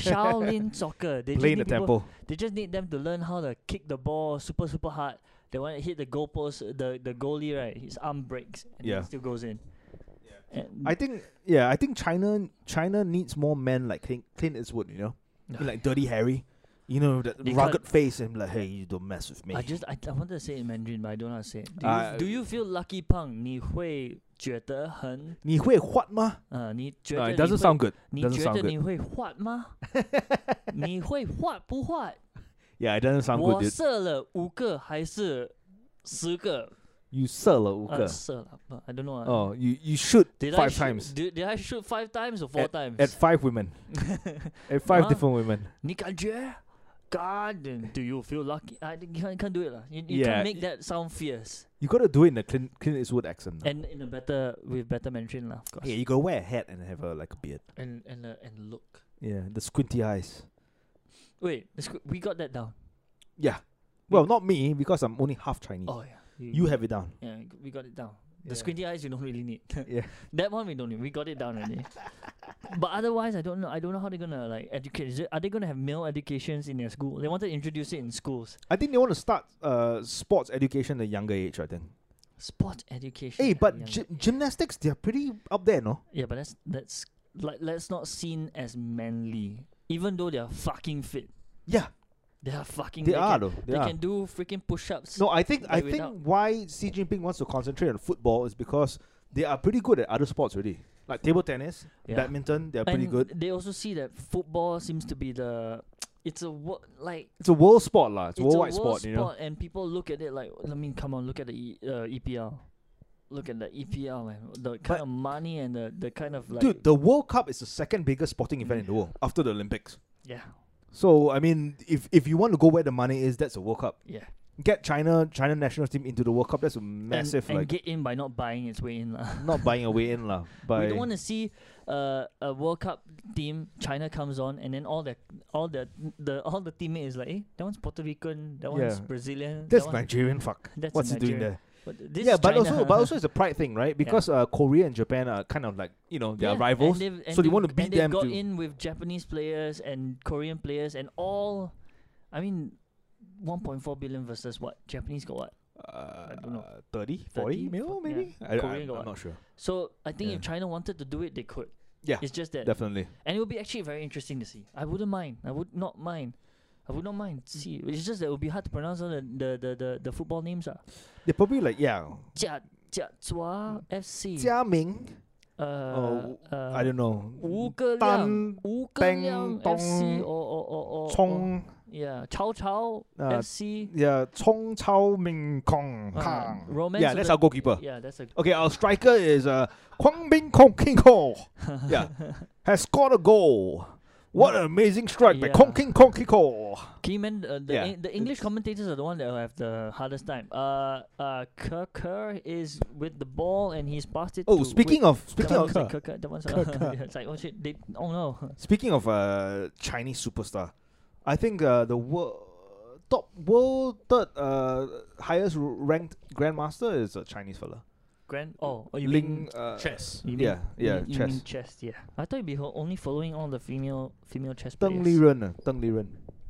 Shaolin soccer. They
Play in
just
the
need people-
temple.
They just need them to learn how to kick the ball super super hard. They want to hit the goalpost. The the goalie right, his arm breaks and
Yeah.
it still goes in. And
I think yeah, I think China China needs more men like Clint, Clint Eastwood, you know, In like Dirty Harry, you know that
They
rugged face and be like, hey, you don't mess with me.
I just I, I wanted to say it in Mandarin, but I don't know how to say it. Do,
Uh,
you, do you feel lucky, Pang? 你会觉得很
你会 what 吗？
uh,
No, it doesn't sound good. doesn't sound good. *laughs*
你觉得你会画吗？你会画不画？
Yeah, it doesn't sound good, dude.
我射了五个还是十个？
You 射了五个.
Uh, I don't know. uh,
Oh, you you shoot
Did I
five
shoot,
times
Did, did I shoot five times or four times? *laughs*
at five women, at Eh, five
Huh?
different women.
你感觉? God, and do you feel lucky? I think you can't, can't do it. lah. You, you
Yeah,
can't make that sound fierce.
You gotta do it in a Clint, Clint Eastwood accent. lah.
And in a better, with better Mandarin, lah, of course.
yeah, Eh, you gotta wear a hat and have a like a beard.
And and uh, and look.
Yeah, the squinty eyes.
Wait, let's go- we got that down.
Yeah, well, not me because I'm only half Chinese.
Oh yeah.
You have it down.
Yeah, g- we got it down. The
Yeah.
squinty eyes you don't really need. *laughs*
Yeah.
that one we don't need. We got it down
*laughs*
already. but otherwise, I don't know. I don't know how they're gonna like educate. Is it, are they gonna have male educations in their school? They wanted to introduce it in schools.
I think they want to start uh sports education at a younger age. I think.
Sport education.
Hey,
at
but
young-
gy- gymnastics, they're pretty up there, no?
yeah, but that's that's like that's not seen as manly, even though they're fucking fit.
Yeah,
They are fucking.
they,
they
are
Can,
though. They,
they
are.
can do freaking push-ups.
no, I think I
like
think
without-
why Xi Jinping wants to concentrate on football is because they are pretty good at other sports already, like table tennis,
Yeah.
badminton. They're pretty
And
good.
They also see that football seems to be the. It's a what like
It's a world sport, lah. It's, a
it's
worldwide
a world
sport, you know.
and people look at it like, I mean, come on, look at the e, uh, EPL, look at the EPL, man. The kind
But-
of money and the, the kind of like,
Dude, the World Cup is the second biggest sporting event in the world after the Olympics.
yeah,
So I mean, if if you want to go where the money is, that's the World Cup.
yeah,
Get China China national team into the World Cup. That's a massive,
and,
like
and get in by not buying its way in lah.
not buying a way in, lah.
*laughs* We
By
don't want to see uh, a World Cup team. China comes on, and then all the all the the all the teammate is like, eh, that one's Puerto Rican, that one's
Yeah.
Brazilian.
*laughs* that's
that one-
Nigerian fuck.
That's
What's he doing
Nigerian.
there?
But this
yeah,
is
but
China.
also but also it's a pride thing, right? Because uh, Korea and Japan are kind of like you know they're
Yeah,
rivals.
and they've- and
so they
they've-
want to beat
and they've
them
Got
to-
in with Japanese players and Korean players and all. I mean, 1.4 billion versus what? Japanese got what?
uh,
I don't know.
30,
40,
40 mil,
yeah.
maybe. I,
Korea
I,
got
I'm
what?
not sure.
So I think
Yeah.
if China wanted to do it, they could.
Yeah,
It's just that,
definitely.
and it would be actually very interesting to see. I wouldn't mind. I would not mind. I would not mind to see. It's just that it would be hard to pronounce all the the the, the, the football names are.
They're probably like yeah,
Jia Jia Zua FC.
Jia Ming.
Uh,
oh,
uh,
I don't know.
吴哥亮
丹
吴哥
丹
亮 FC
东
or or or or or- Oh,
Chong.
Yeah, Chow Chow,
Uh,
SC,
Yeah, Chong Chao Ming Kong.
uh,
Mm-hmm. Kang.
Romance.
yeah,
of
that's
the-
our goalkeeper.
Yeah, that's a
Okay, our striker is uh, Kwang Bing Kong King *laughs* Kong. yeah, has scored a goal. What an amazing strike by
Yeah.
Kong King Kong King Kong.
Keyman, uh, the,
Yeah,
Eng- the English
it's-
commentators are the one that will have the hardest time. Uh, uh, Kerker is with the ball and he's passed it.
Oh,
to
speaking of speaking of
Kerr.
Kerker, that one's
Kerr.
yeah, it's like *laughs* oh shit, they, oh no.
speaking of uh, Chinese superstar, I think uh, the world top world third uh, highest ranked grandmaster is a Chinese fella.
Grand, oh, oh you mean
Ling uh,
Chess.
you mean-
Yeah, yeah,
you, you
chess.
mean chess, yeah. I thought you'd be ho- only following all the female female chess
Deng
players.
Liren, uh, Deng Liren.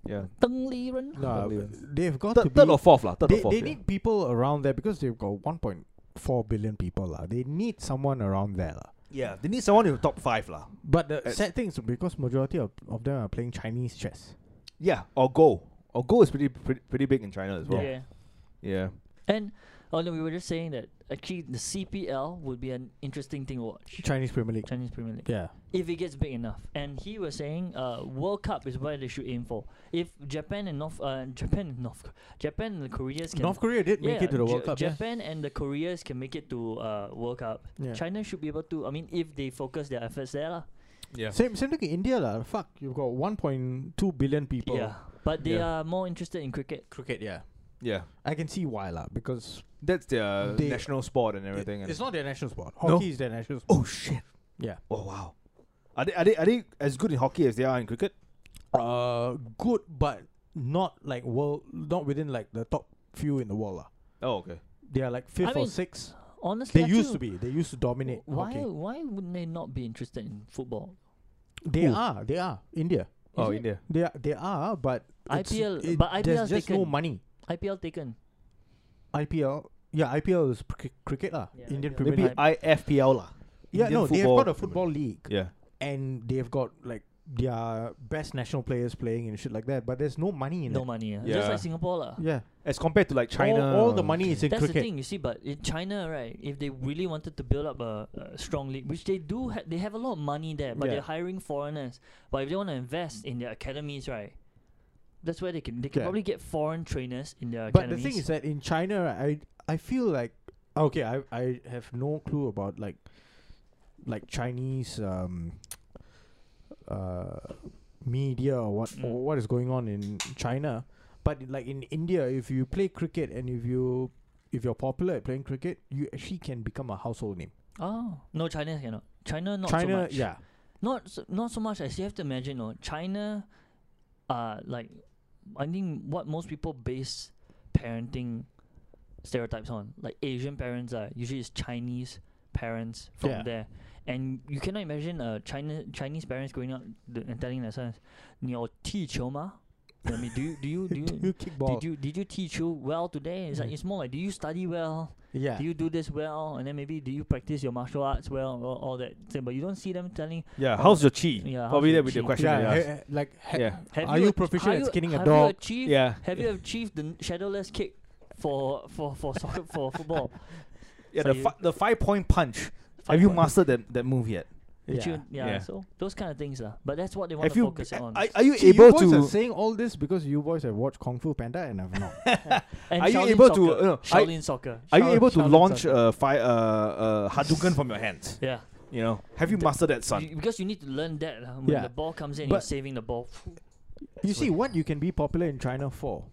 Yeah.
Deng Li Ren.
No,
Unbelievable.
they've got to
Third,
be.
third or fourth lah. Third
they
or fourth.
they
yeah.
need people around there because they've got 1.4 billion people lah. They need someone around there lah.
Yeah, they need someone in the top five lah.
But the
It's-
sad thing is because majority of, of them are playing Chinese chess.
Yeah, or Go. Or Go is pretty, pretty pretty big in China as well.
Yeah.
Yeah.
And oh no, we were just saying that actually the CPL would be an interesting thing to watch.
Chinese Premier League.
Chinese Premier League.
Yeah.
if it gets big enough. And he was saying, uh, World Cup is where they should aim for. If Japan and North, uh, Japan and North, Ko- Japan and the Koreas can
North Korea did make
Yeah,
it to the World
Ja-
Cup. yeah.
Japan and the Koreas can make it to uh, World Cup.
Yeah.
China should be able to. I mean, if they focus their efforts there, lah.
Yeah.
Same same thing in India lah. Fuck, you've got 1.2 billion people.
Yeah, but they
Yeah.
are more interested in cricket.
Cricket, yeah.
Yeah.
I can see why lah because
That's their
They-
national sport and
it-
everything. and
it's not their national sport.
No?
Hockey is their national sport.
Oh shit.
Yeah.
Oh wow. Are they are they are they as good in hockey as they are in cricket?
Uh, good, but not like world, not within like the top few in the world lah.
Oh okay.
They are like fifth
I
or
mean,
sixth.
Honestly,
They
I
used to
feel-
be. They used to dominate.
Why?
hockey.
Why wouldn't they not be interested in football?
They
Who?
are. They are. India.
oh
it?
India.
They are. They are. But it's-
IPL
it-
but IPL
There's
is
just no
taken.
money.
IPL taken.
IPL. Yeah, IPL is cr- cricket lah.
Yeah,
Indian
IPL.
Premier
Maybe
League.
IFPL lah.
Yeah,
Indian
no, they have
football-
got a football league,
Yeah.
and they've got like their best national players playing and shit like that. But there's no money in
No
it.
money. Yeah. Just
Yeah.
like Singapore, lah.
Yeah,
As compared to like China.
All, all the
or-
money is in
That's
cricket.
the thing, you see. But in China, right, if they really wanted to build up a, a strong league, which they do, ha- they have a lot of money there, but
Yeah.
they're hiring foreigners. But if they want to invest in their academies, right, that's where they can. They can
Yeah.
probably get foreign trainers in their
But the
academies.
thing is that in China, I I feel like okay, I I have no clue about like like Chinese um uh media or what
Mm.
or what is going on in China. But like in India, if you play cricket and if you if you're popular at playing cricket, you actually can become a household name.
oh no, China cannot. China not so
China,
much.
yeah,
Not so, not so much as you have to imagine. No, China, uh, like I think what most people base parenting stereotypes on, like Asian parents are usually it's Chinese parents from
Yeah.
there, and you cannot imagine uh China Chinese parents going out th- and telling their sons, "你有 ma?" I mean, do you do you do you
*laughs* you kickball,
Mm. did you did you teach you well today? It's like
Mm.
it's more like do you study well?
yeah,
do you do this well and then maybe do you practice your martial arts well or all that thing, but you don't see them telling
Yeah. How's your chi?
Yeah, how's
Probably
your
that would be the
chi?
question.
yeah,
they ask.
*laughs*
ha- ha- like ha-
Yeah.
have
Are you
ach-
proficient
are
at
you-
skinning a
have you
dog?
achieved
Yeah.
have you achieved the n- shadowless kick for for for soccer *laughs* for football
Yeah.
so
The
you-
fi- the five point punch. Have you
Five point-
mastered that, that move yet?
Did you- yeah,
Yeah.
so those kind of things uh, but that's what they want
Have
to
you?
focus on
Are, are you
See,
able
you boys are
to?
saying all this because you boys have watched Kung Fu Panda and I've *laughs* not.
and
are you
Shaolin
able to,
soccer,
you know, are-
Shaolin soccer
Are you
Shaolin-
able to
Shaolin
launch
soccer.
a fire uh, uh, Hadouken from your hands?
yeah
You know, have you
The-
mastered that, son?
You- because you need to learn that uh, when
Yeah.
the ball comes in you're
But-
saving the ball
you see what you can be popular in China for.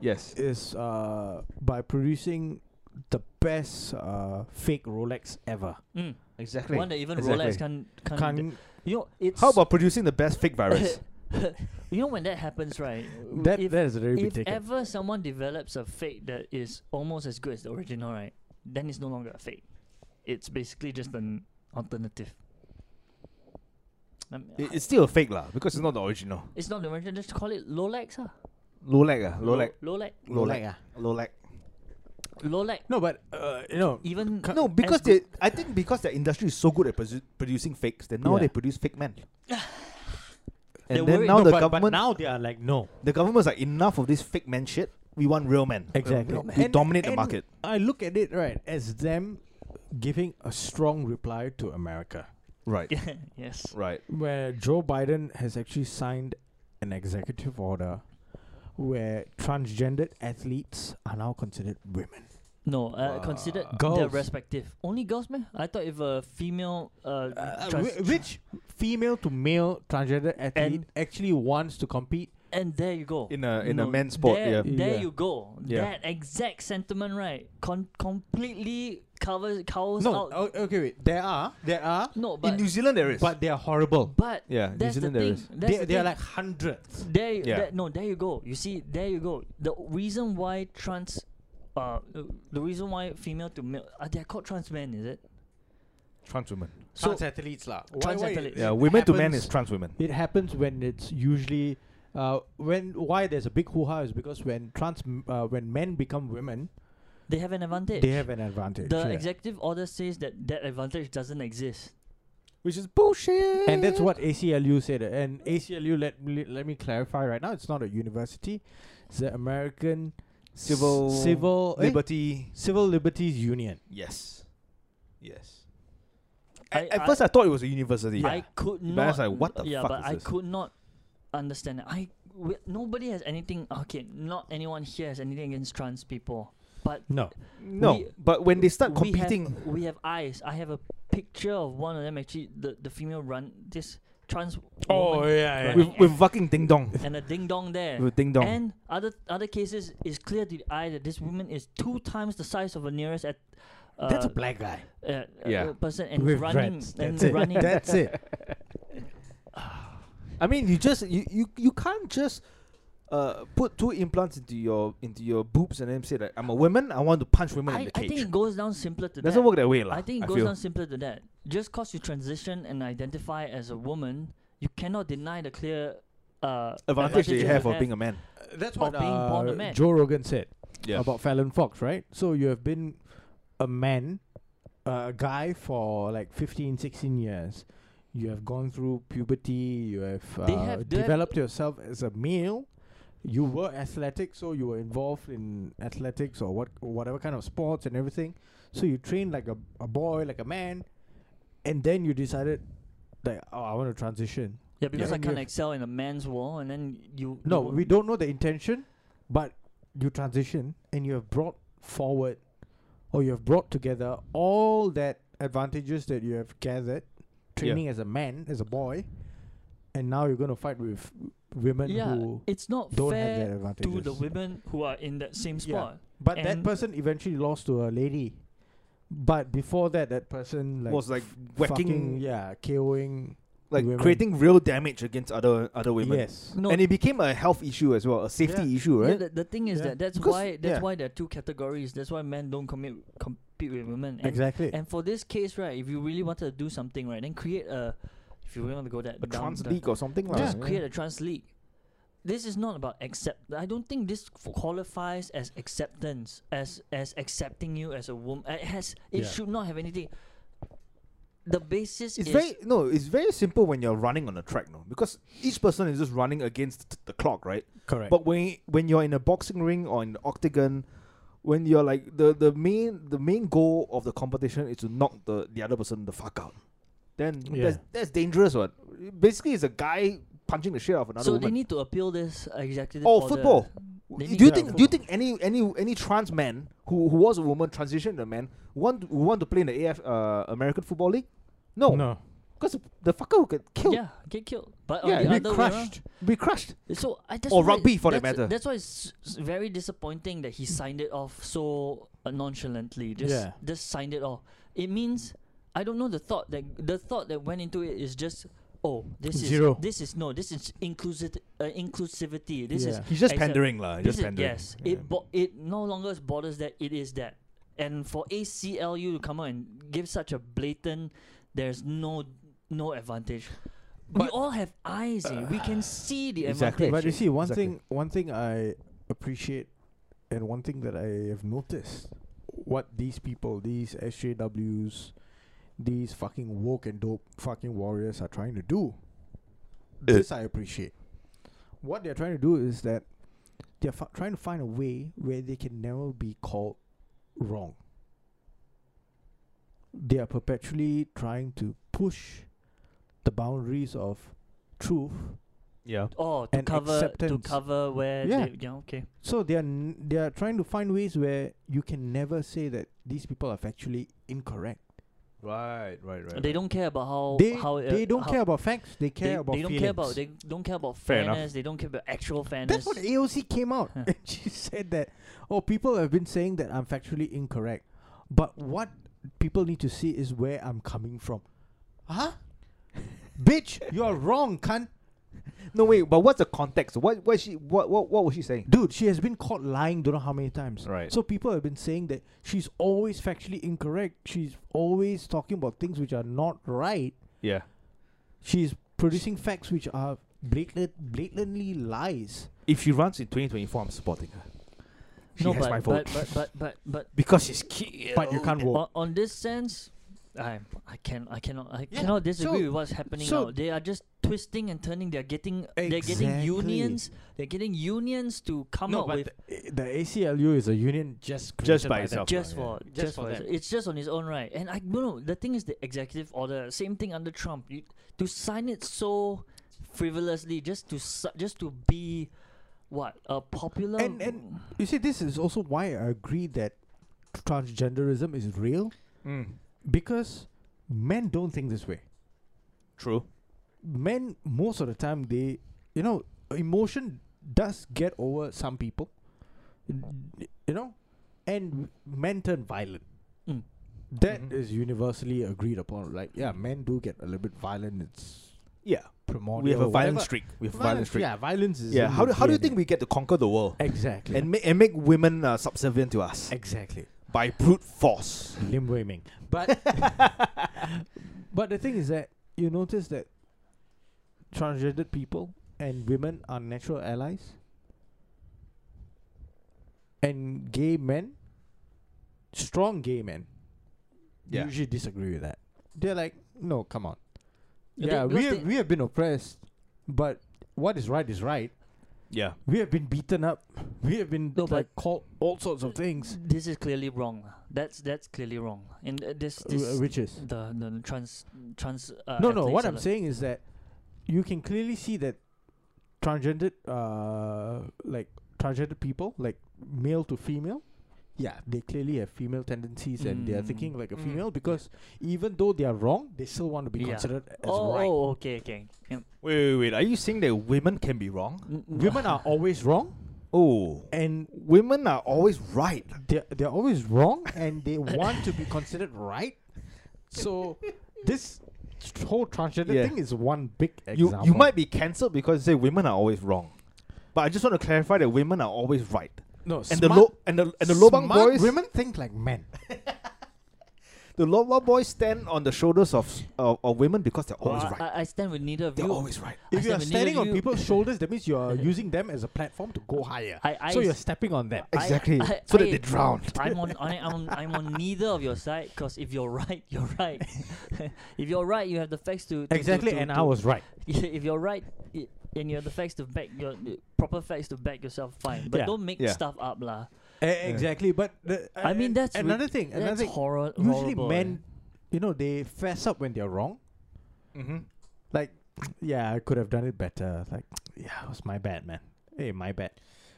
Yes.
is uh, by producing the best uh, fake Rolex ever.
mm.
Exactly.
one that even
Exactly.
Rolex can can
Can
you know it's
How about producing the best fake *laughs* virus?
*laughs* you know when that happens right
that
if-
that is very big
if
ticket.
ever someone develops a fake that is almost as good as the original, right, then it's no longer a fake. It's basically just an alternative. Um,
It- it's still a fake lah because it's not the original.
it's not the original. Just call it Lolex, ah.
Lolek ah, Lolek,
Lolex.
Lolek, Lolek.
Lolex.
No, but uh, you know,
Even
No,
as *laughs*
because they,
good-
I think because their industry is so good at produ- producing fakes, then now
Yeah.
they produce fake men.
They're
and then
worried-
now
no,
the
but, but
government,
now they are like no,
the government's like enough of this fake man shit. We want real men.
exactly.
Who dominate the market.
I look at it right as them giving a strong reply to America,
Right.
yes.
Right.
where Joe Biden has actually signed an executive order where transgendered athletes are now considered women.
No, uh, considered their
Girls.
respective. Only girls, man. I thought if a female uh,
Uh,
trans-
whi- which female to male transgender athlete
And-
actually wants to compete?
and there you go.
in a in a
No,
men's sport.
There,
yeah.
there
Yeah.
you go.
Yeah.
That exact sentiment, right? Con- completely covers cows
No,
out.
o- okay, wait. There are, there are,
no, but
oh, in New Zealand there is.
but they are horrible.
but
yeah, New
that's the
Zealand there
thing.
is.
That's
They,
the
they are
thing.
like hundreds.
There, you
Yeah.
there- no, there you go. You see, there you go. The reason why trans, uh, the reason why female to male, uh, they're called trans men, is it?
Trans women.
So
trans athletes lah.
Trans athletes.
Yeah, women to men
happens-
is trans women.
It happens when it's usually uh, when why there's a big hoo ha is because when trans m- uh, when men become women,
they have an advantage.
they have an advantage.
The
yeah.
executive order says that that advantage doesn't exist.
Which is bullshit.
and that's what ACLU said. uh, And ACLU let me, let me clarify right now. It's not a university. It's the American S-
civil
civil eh?
liberty.
civil liberties union.
Yes. Yes.
I-
At, at
I-
first I thought it was a university.
I could
But
not.
I was like, what the
yeah,
fuck
but
is
I
this?
could not understand it. I wi- nobody has anything. Okay, not anyone here has anything against trans people. But
No,
No,
We-
but when they start
we have-
competing,
we have, eyes. I have a picture of one of them actually. The the female run this trans. woman
Oh, yeah,
yeah.
with,
running
with
and-
fucking ding dong,
and a ding dong there.
with ding dong.
And other other cases, it's clear to the eye that this woman is two times the size of the nearest at. Uh,
that's a black guy
uh, uh,
Yeah.
person and
with
running
dreads.
and
That's it.
running.
That's it.
I mean, you just you, you you can't just uh put two implants into your into your boobs and then say that I'm a woman. I want to punch women in
I,
the
I
cage.
think it goes down simpler to
Doesn't
that.
work that way, lah.
I think it goes
feel.
down simpler to that. Just cause you transition and identify as a woman, you cannot deny the clear uh,
advantage they
advantages
have of being a man.
That's
what, Of being born a
uh,
man.
Joe Rogan said
Yeah.
about Fallon Fox, right? So you have been a man, a guy for like 15, 16 years. You have gone through puberty. You have, uh,
They have- they have-
developed yourself as a male. You were athletic, so you were involved in athletics or what, whatever kind of sports and everything. So you trained like a, a boy, like a man, and then you decided, like, oh, I want to transition.
Yeah, because
Yeah.
I can't
Yeah.
excel in a man's world, and then you.
No,
you-
we don't know the intention, but you transition and you have brought forward or you have brought together all that advantages that you have gathered training as a man, as a boy, and now you're going to fight with women
Yeah,
who
it's not
don't have that
fair
advantages.
to the women who are in that same
Yeah.
spot.
But that
and-
person eventually lost to a lady. But before that, that person like
was like
fucking,
whacking,
yeah, KOing
like
women.
creating real damage against other other women.
Yes,
No,
and it became a health issue as well, a safety
Yeah.
issue,
yeah,
right?
the, the thing is
Yeah.
that that's
Because-
why that's
yeah.
why there are two categories. That's why men don't commit compete with women. And,
exactly.
And for this case, right, if you really wanted to do something, right, then create a. If you really want to go that
a
down
trans
the-
league or something like
just
that.
create a trans league. This is not about accept. I don't think this f- qualifies as acceptance, as as accepting you as a woman. It has. It
Yeah.
should not have anything. The basis
It's
is
very no. It's very simple when you're running on a track, no, because each person is just running against t- the clock, right?
Correct.
But when when you're in a boxing ring or an octagon, when you're like the the main the main goal of the competition is to knock the the other person the fuck out. Then
Yeah.
that's that's dangerous, one. Basically, it's a guy punching the shit out of another
so they
woman.
need to appeal this executive.
Oh,
order.
football.
They
do
need
you
to-
think do you think any any any trans man who, who was a woman transitioned to a man want to, want to play in the AF uh, American Football League? No,
no,
because the fucker who get killed,
Yeah, get killed. But
Yeah,
on
you'd
the
be
other way around-
crushed.
be crushed.
So I that's
Or
why-
rugby, for that
that's-
matter.
That's why it's s- very disappointing that he signed it off so uh, nonchalantly. Just
Yeah.
just signed it off. It means I don't know the thought that the thought that went into it is just oh this is
Zero.
this is no this is inclusive uh, inclusivity this is
Yeah.
He's just
Except-
pandering, lah.
this
Just
is,
pandering.
yes it bo- it no longer borders that it is that and for ACLU to come out and give such a blatant there's no no advantage. we
But-
all have eyes. eh. we can see the
Exactly.
advantage.
But you see, one
Exactly.
thing, one thing I appreciate, and one thing that I have noticed, what these people, these SJWs, these fucking woke and dope fucking warriors are trying to do. This I appreciate. What they're trying to do is that they're fi- trying to find a way where they can never be called wrong. They are perpetually trying to push the boundaries of truth
Yeah.
Oh, to
And
cover to
acceptance.
cover where
Yeah.
they, yeah okay.
So they are n- they are trying to find ways where you can never say that these people are factually incorrect.
Right, right, right.
They don't care about how
they
how uh,
they don't
how
care about facts. They care
they,
about
they don't
feelings.
care about they don't care about
Fair enough.
fairness. They don't care about actual fairness.
That's what AOC came out
Huh.
and *laughs* she said that. Oh, people have been saying that I'm factually incorrect, but what people need to see is where I'm coming from.
*laughs*
Huh? Bitch, you're wrong, cunt.
No wait, but what's the context? What what she what what what was she saying?
Dude, she has been caught lying don't know how many times.
Right.
So people have been saying that she's always factually incorrect. She's always talking about things which are not right.
Yeah.
She's producing facts which are blatant, blatantly lies.
If she runs in 2024, I'm supporting her She
no,
has
but,
my
but,
vote.
but but but but
because she's key.
But you can't vote.
on, on this sense, I I can I cannot I
Yeah,
cannot disagree
so-
with what's happening
so-
now. They are just twisting and turning. They're getting they're getting
Exactly.
unions. They're getting unions to come up with
the, the ACLU is a union just
Just
created
by
them.
itself.
just
yeah.
for
Just
just,
for
for,
that.
that. it's just on his own right. And I you know the thing is the executive order. Same thing under Trump. You, to sign it so frivolously just to su- just to be what a popular
And- and- You see, this is also why I agree that transgenderism is real
Mm,
because men don't think this way.
true.
Men, most of the time, they, you know, emotion does get over some people, you know, and men turn violent.
Mm.
That is
Mhm.
universally agreed upon. Like, yeah, men do get a little bit violent. It's
Yeah.
primordial.
We have a violent
whatever.
streak. We have a
Violence,
violent streak.
Yeah, violence is.
Yeah.
in
How do
the
how do you
DNA.
think we get to conquer the world
exactly
and make and make women uh, subservient to us
exactly
by brute force?
Lim Wei Ming,
*laughs*
but but the thing is that you notice that transgendered people and women are natural allies, and gay men, strong gay men,
Yeah.
usually disagree with that. They're like, no, come on.
Yeah,
Yeah,
they-
we
because
have,
they-
we have been oppressed, but what is right is right.
Yeah.
We have been beaten up. We have been
No, but-
like called all sorts of things.
this is clearly wrong. lah. That's that's clearly wrong. And uh, this
Uh,
this
which is
the the trans trans. Uh,
no, no.
athletes
What
are
I'm
like-
saying is that you can clearly see that transgendered, uh, like transgendered people, like male to female, yeah, they clearly have female tendencies and they are thinking
Mm.
like a
Mm.
female because even though they are wrong, they still want to be
Yeah.
considered as
Oh,
right.
oh, okay, okay. Yep.
Wait, wait, wait. Are you saying that women can be wrong?
Mm, mm,
Women are always wrong,
Oh.
and
Women are always right.
they they're always wrong, and they want to be considered right. So this tr- whole transgender
Yeah.
thing is one big
You
example.
you might be cancelled because you say women are always wrong. But I just want to clarify that women are always right.
no
And
smart,
the low and the and the lobang
smart
boys
women think like men.
the lobang boys stand on the shoulders of of, of women because they're
well,
always
I,
right.
I, I stand with neither of
they're
you.
always right.
I
If you are
stand with neither
standing
of
on
you.
people's shoulders, that means you
*laughs*
are using them as a platform to go higher.
I, I
so you're
s-
stepping on them.
I-
Exactly.
I-
so that
I-
they drowned.
*laughs*
*laughs*
I'm on,
*laughs*
I, I'm on, I'm on neither of your side because if you're right, you're right. *laughs* if you're right, you have the facts to, to To, to, to, *laughs*
right.
if you're right i- and you have the facts to back your uh, proper facts to back yourself, fine. But
Yeah,
don't make
yeah.
stuff up, lah.
E-, exactly, but the,
I mean,
and
that's
another thing. Another
That's
thing.
horror.
Usually,
horrible, eh.
men, you know, they fess up when they're wrong.
Mm-hmm.
Like, yeah, I could have done it better. Like, yeah, it was my bad, man. Hey, my bad.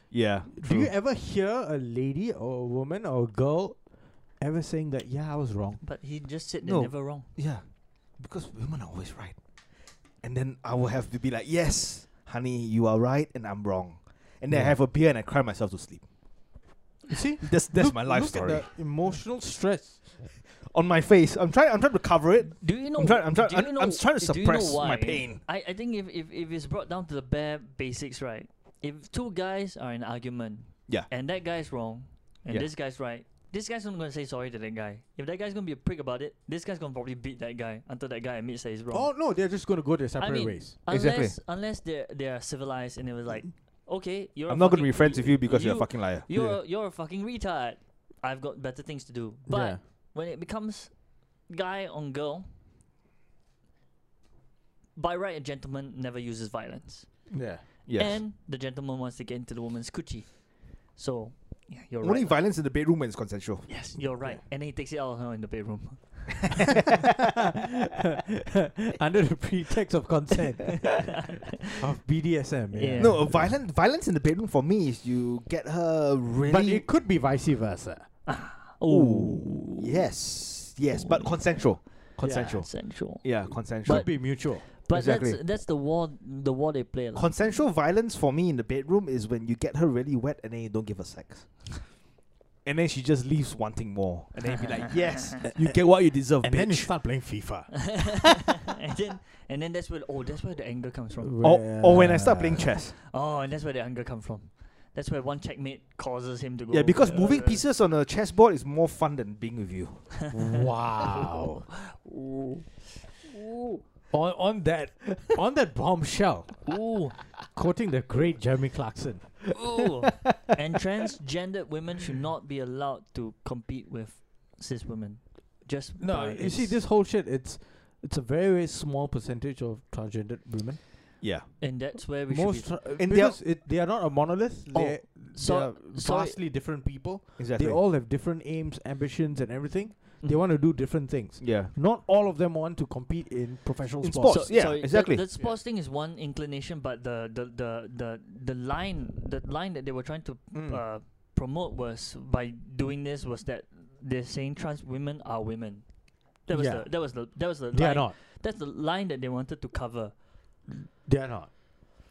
Yeah.
Do
true.
you ever hear a lady or a woman or a girl ever saying that? Yeah, I was wrong.
But he just said they're
No.
never wrong.
e-,
Yeah, because women are always right. And then I will have to be like, yes, honey, you are right and I'm wrong. And then I
Yeah.
have a beer and I cry myself to sleep.
You see,
That's that's
Look-
my life
look at
story.
the emotional stress.
On my face, I'm trying. I'm trying to cover it.
Do you know?
I'm trying. I'm trying.
do
I'm,
you know,
I'm trying to
do you know
suppress my
why?
pain.
I, I think if, if, if it's brought down to the bare basics, right? If two guys are in argument,
Yeah.
and that guy's wrong, and
Yeah.
this guy's right, this guy's not gonna say sorry to that guy. If that guy's gonna be a prick about it, this guy's gonna probably beat that guy until that guy admits that he's wrong.
Oh no, they're just going to go their separate
mean,
ways.
unless
exactly.
unless they they are civilized and it was like, okay, you're. a
I'm not gonna
fucking-
be friends with you because you, are a fucking liar.
You're a, you're a fucking retard. I've got better things to do. But
Yeah.
when it becomes guy on girl, by right, a gentleman never uses violence.
Yeah.
Yes.
And the gentleman wants to get into the woman's coochie. So Yeah, you're
Only
right.
violence in the bedroom when it's consensual.
Yes, you're right. And then he takes it out on her in the bedroom.
*laughs* Under the pretext of consent of BDSM. Yeah.
Yeah.
No, a violent violence in the bedroom for me is you get her really.
But it could be vice versa.
Oh.
yes, yes, but consensual, consensual.
Sensual.
Yeah,
Should
consensual.
be mutual.
But
Exactly.
that's that's the war the war they play. lah.
consensual violence for me in the bedroom is when you get her really wet and then you don't give her sex. And then she just leaves wanting more. And then you
*laughs*
be like, yes, you get what you deserve,
And then you
bitch.
start playing *laughs* FIFA.
and then and then that's where oh that's where the anger comes from.
Or, or when I start playing chess.
Oh, and that's where the anger comes from. That's where one checkmate causes him to go.
Yeah, because moving
uh,
pieces on a chessboard is more fun than being with you.
*laughs* wow.
Ooh. Ooh.
on on that on that bombshell,
Ooh.
quoting the great Jeremy Clarkson. *laughs*
Ooh. and transgendered women should not be allowed to compete with cis women. Just
No,
by
you see
its-
this whole shit. It's it's a very very small percentage of transgendered women.
Yeah.
and that's where we
Most
should
tra-
And they are-
because it, they are not a monolith.
Oh,
They
so-
are
so it-
vastly different people.
Exactly.
They all have different aims, ambitions, and everything.
be.
They want to do different things.
yeah.
Not all of them want to compete in professional
In
sports.
sports. yeah, exactly.
The, the sports thing is one inclination, but the the the the, the line the line that they were trying to
Hmm.
Mm.
uh, promote was by doing this was that they're saying trans women are women. That was
Yeah.
the that was the that was the
They are
line.
not.
That's the line that they wanted to cover.
They are not.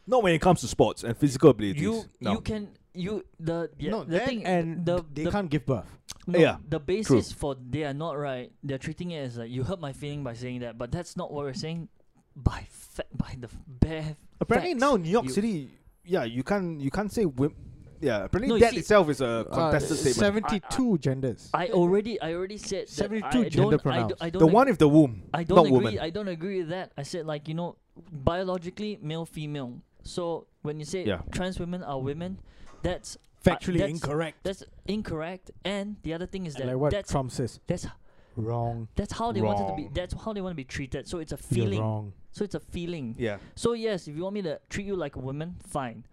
Not when it comes to sports and physical abilities.
You
no.
you can you the yeah,
no,
the
that
thing
and
the,
they
the
can't give birth.
No,
Yeah,
the basis for they are not right. They're treating it as like you hurt my feeling by saying that, but that's not what we're saying. By fa- by the f- bare
apparently
facts.
now in New York
You-
City, yeah, you can't you can't say wim- yeah. Apparently
No, you
that
see- uh,
itself is a contested statement.
Uh, Seventy-two genders.
I already I already said that I
72 gender
don't, I,
pronouns.
do, I don't
The
ag-
one with the womb,
I don't
not
agree
woman.
I don't agree with that. I said like you know biologically male female. So when you say
Yeah.
trans women are women, that's
Factually
that's-
incorrect.
that's incorrect. And the other thing is that
like what
that's
Trump says.
that's
Wrong.
that's how they wanted to be.
Wrong.
That's how they want to be treated. So it's a
You're
feeling.
wrong.
So it's a feeling.
yeah,
So yes, if you want me to treat you like a woman, fine.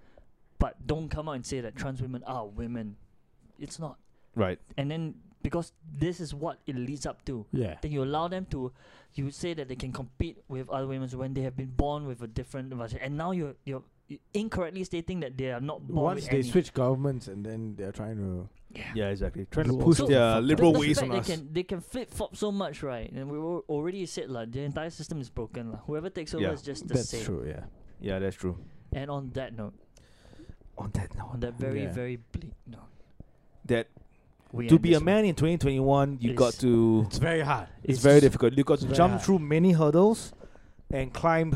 But don't come out and say that trans women are women. It's not.
right.
And then because this is what it leads up to,
Yeah.
then you allow them to you say that they can compete with other women when they have been born with a different vagina. And now you're you're incorrectly stating that they are not born
Once
with
they
any.
switch governments and then they're trying to
Yeah, exactly. Trying to
Blue
push
also
fucked
their
up.
liberal
the, the
ways
fact
on
they
us.
can they can flip flop so much, right? And we were already said like the entire system is broken. lah. Whoever takes over
Yeah.
is just the
That's
same.
true, yeah.
Yeah, that's true.
And on that note,
On that
on
note,
that very,
Yeah.
very bleak note.
that
we
to
end
be
this one.
a man in 2021, you
It's-
got to.
It's very hard.
It's,
it's
very
just-
difficult. You got to
it's very
jump
hard.
through many hurdles, and climb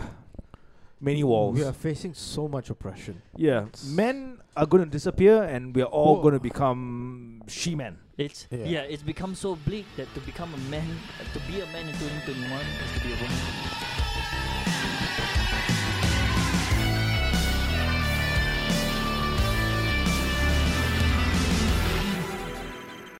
many walls.
We are facing so much oppression.
Yeah, men are going to disappear, and we are all
Whoa.
going to become she-men.
It's yeah.
Yeah.
it's become so bleak that to become a man, to be a man in 2021 is to be a woman.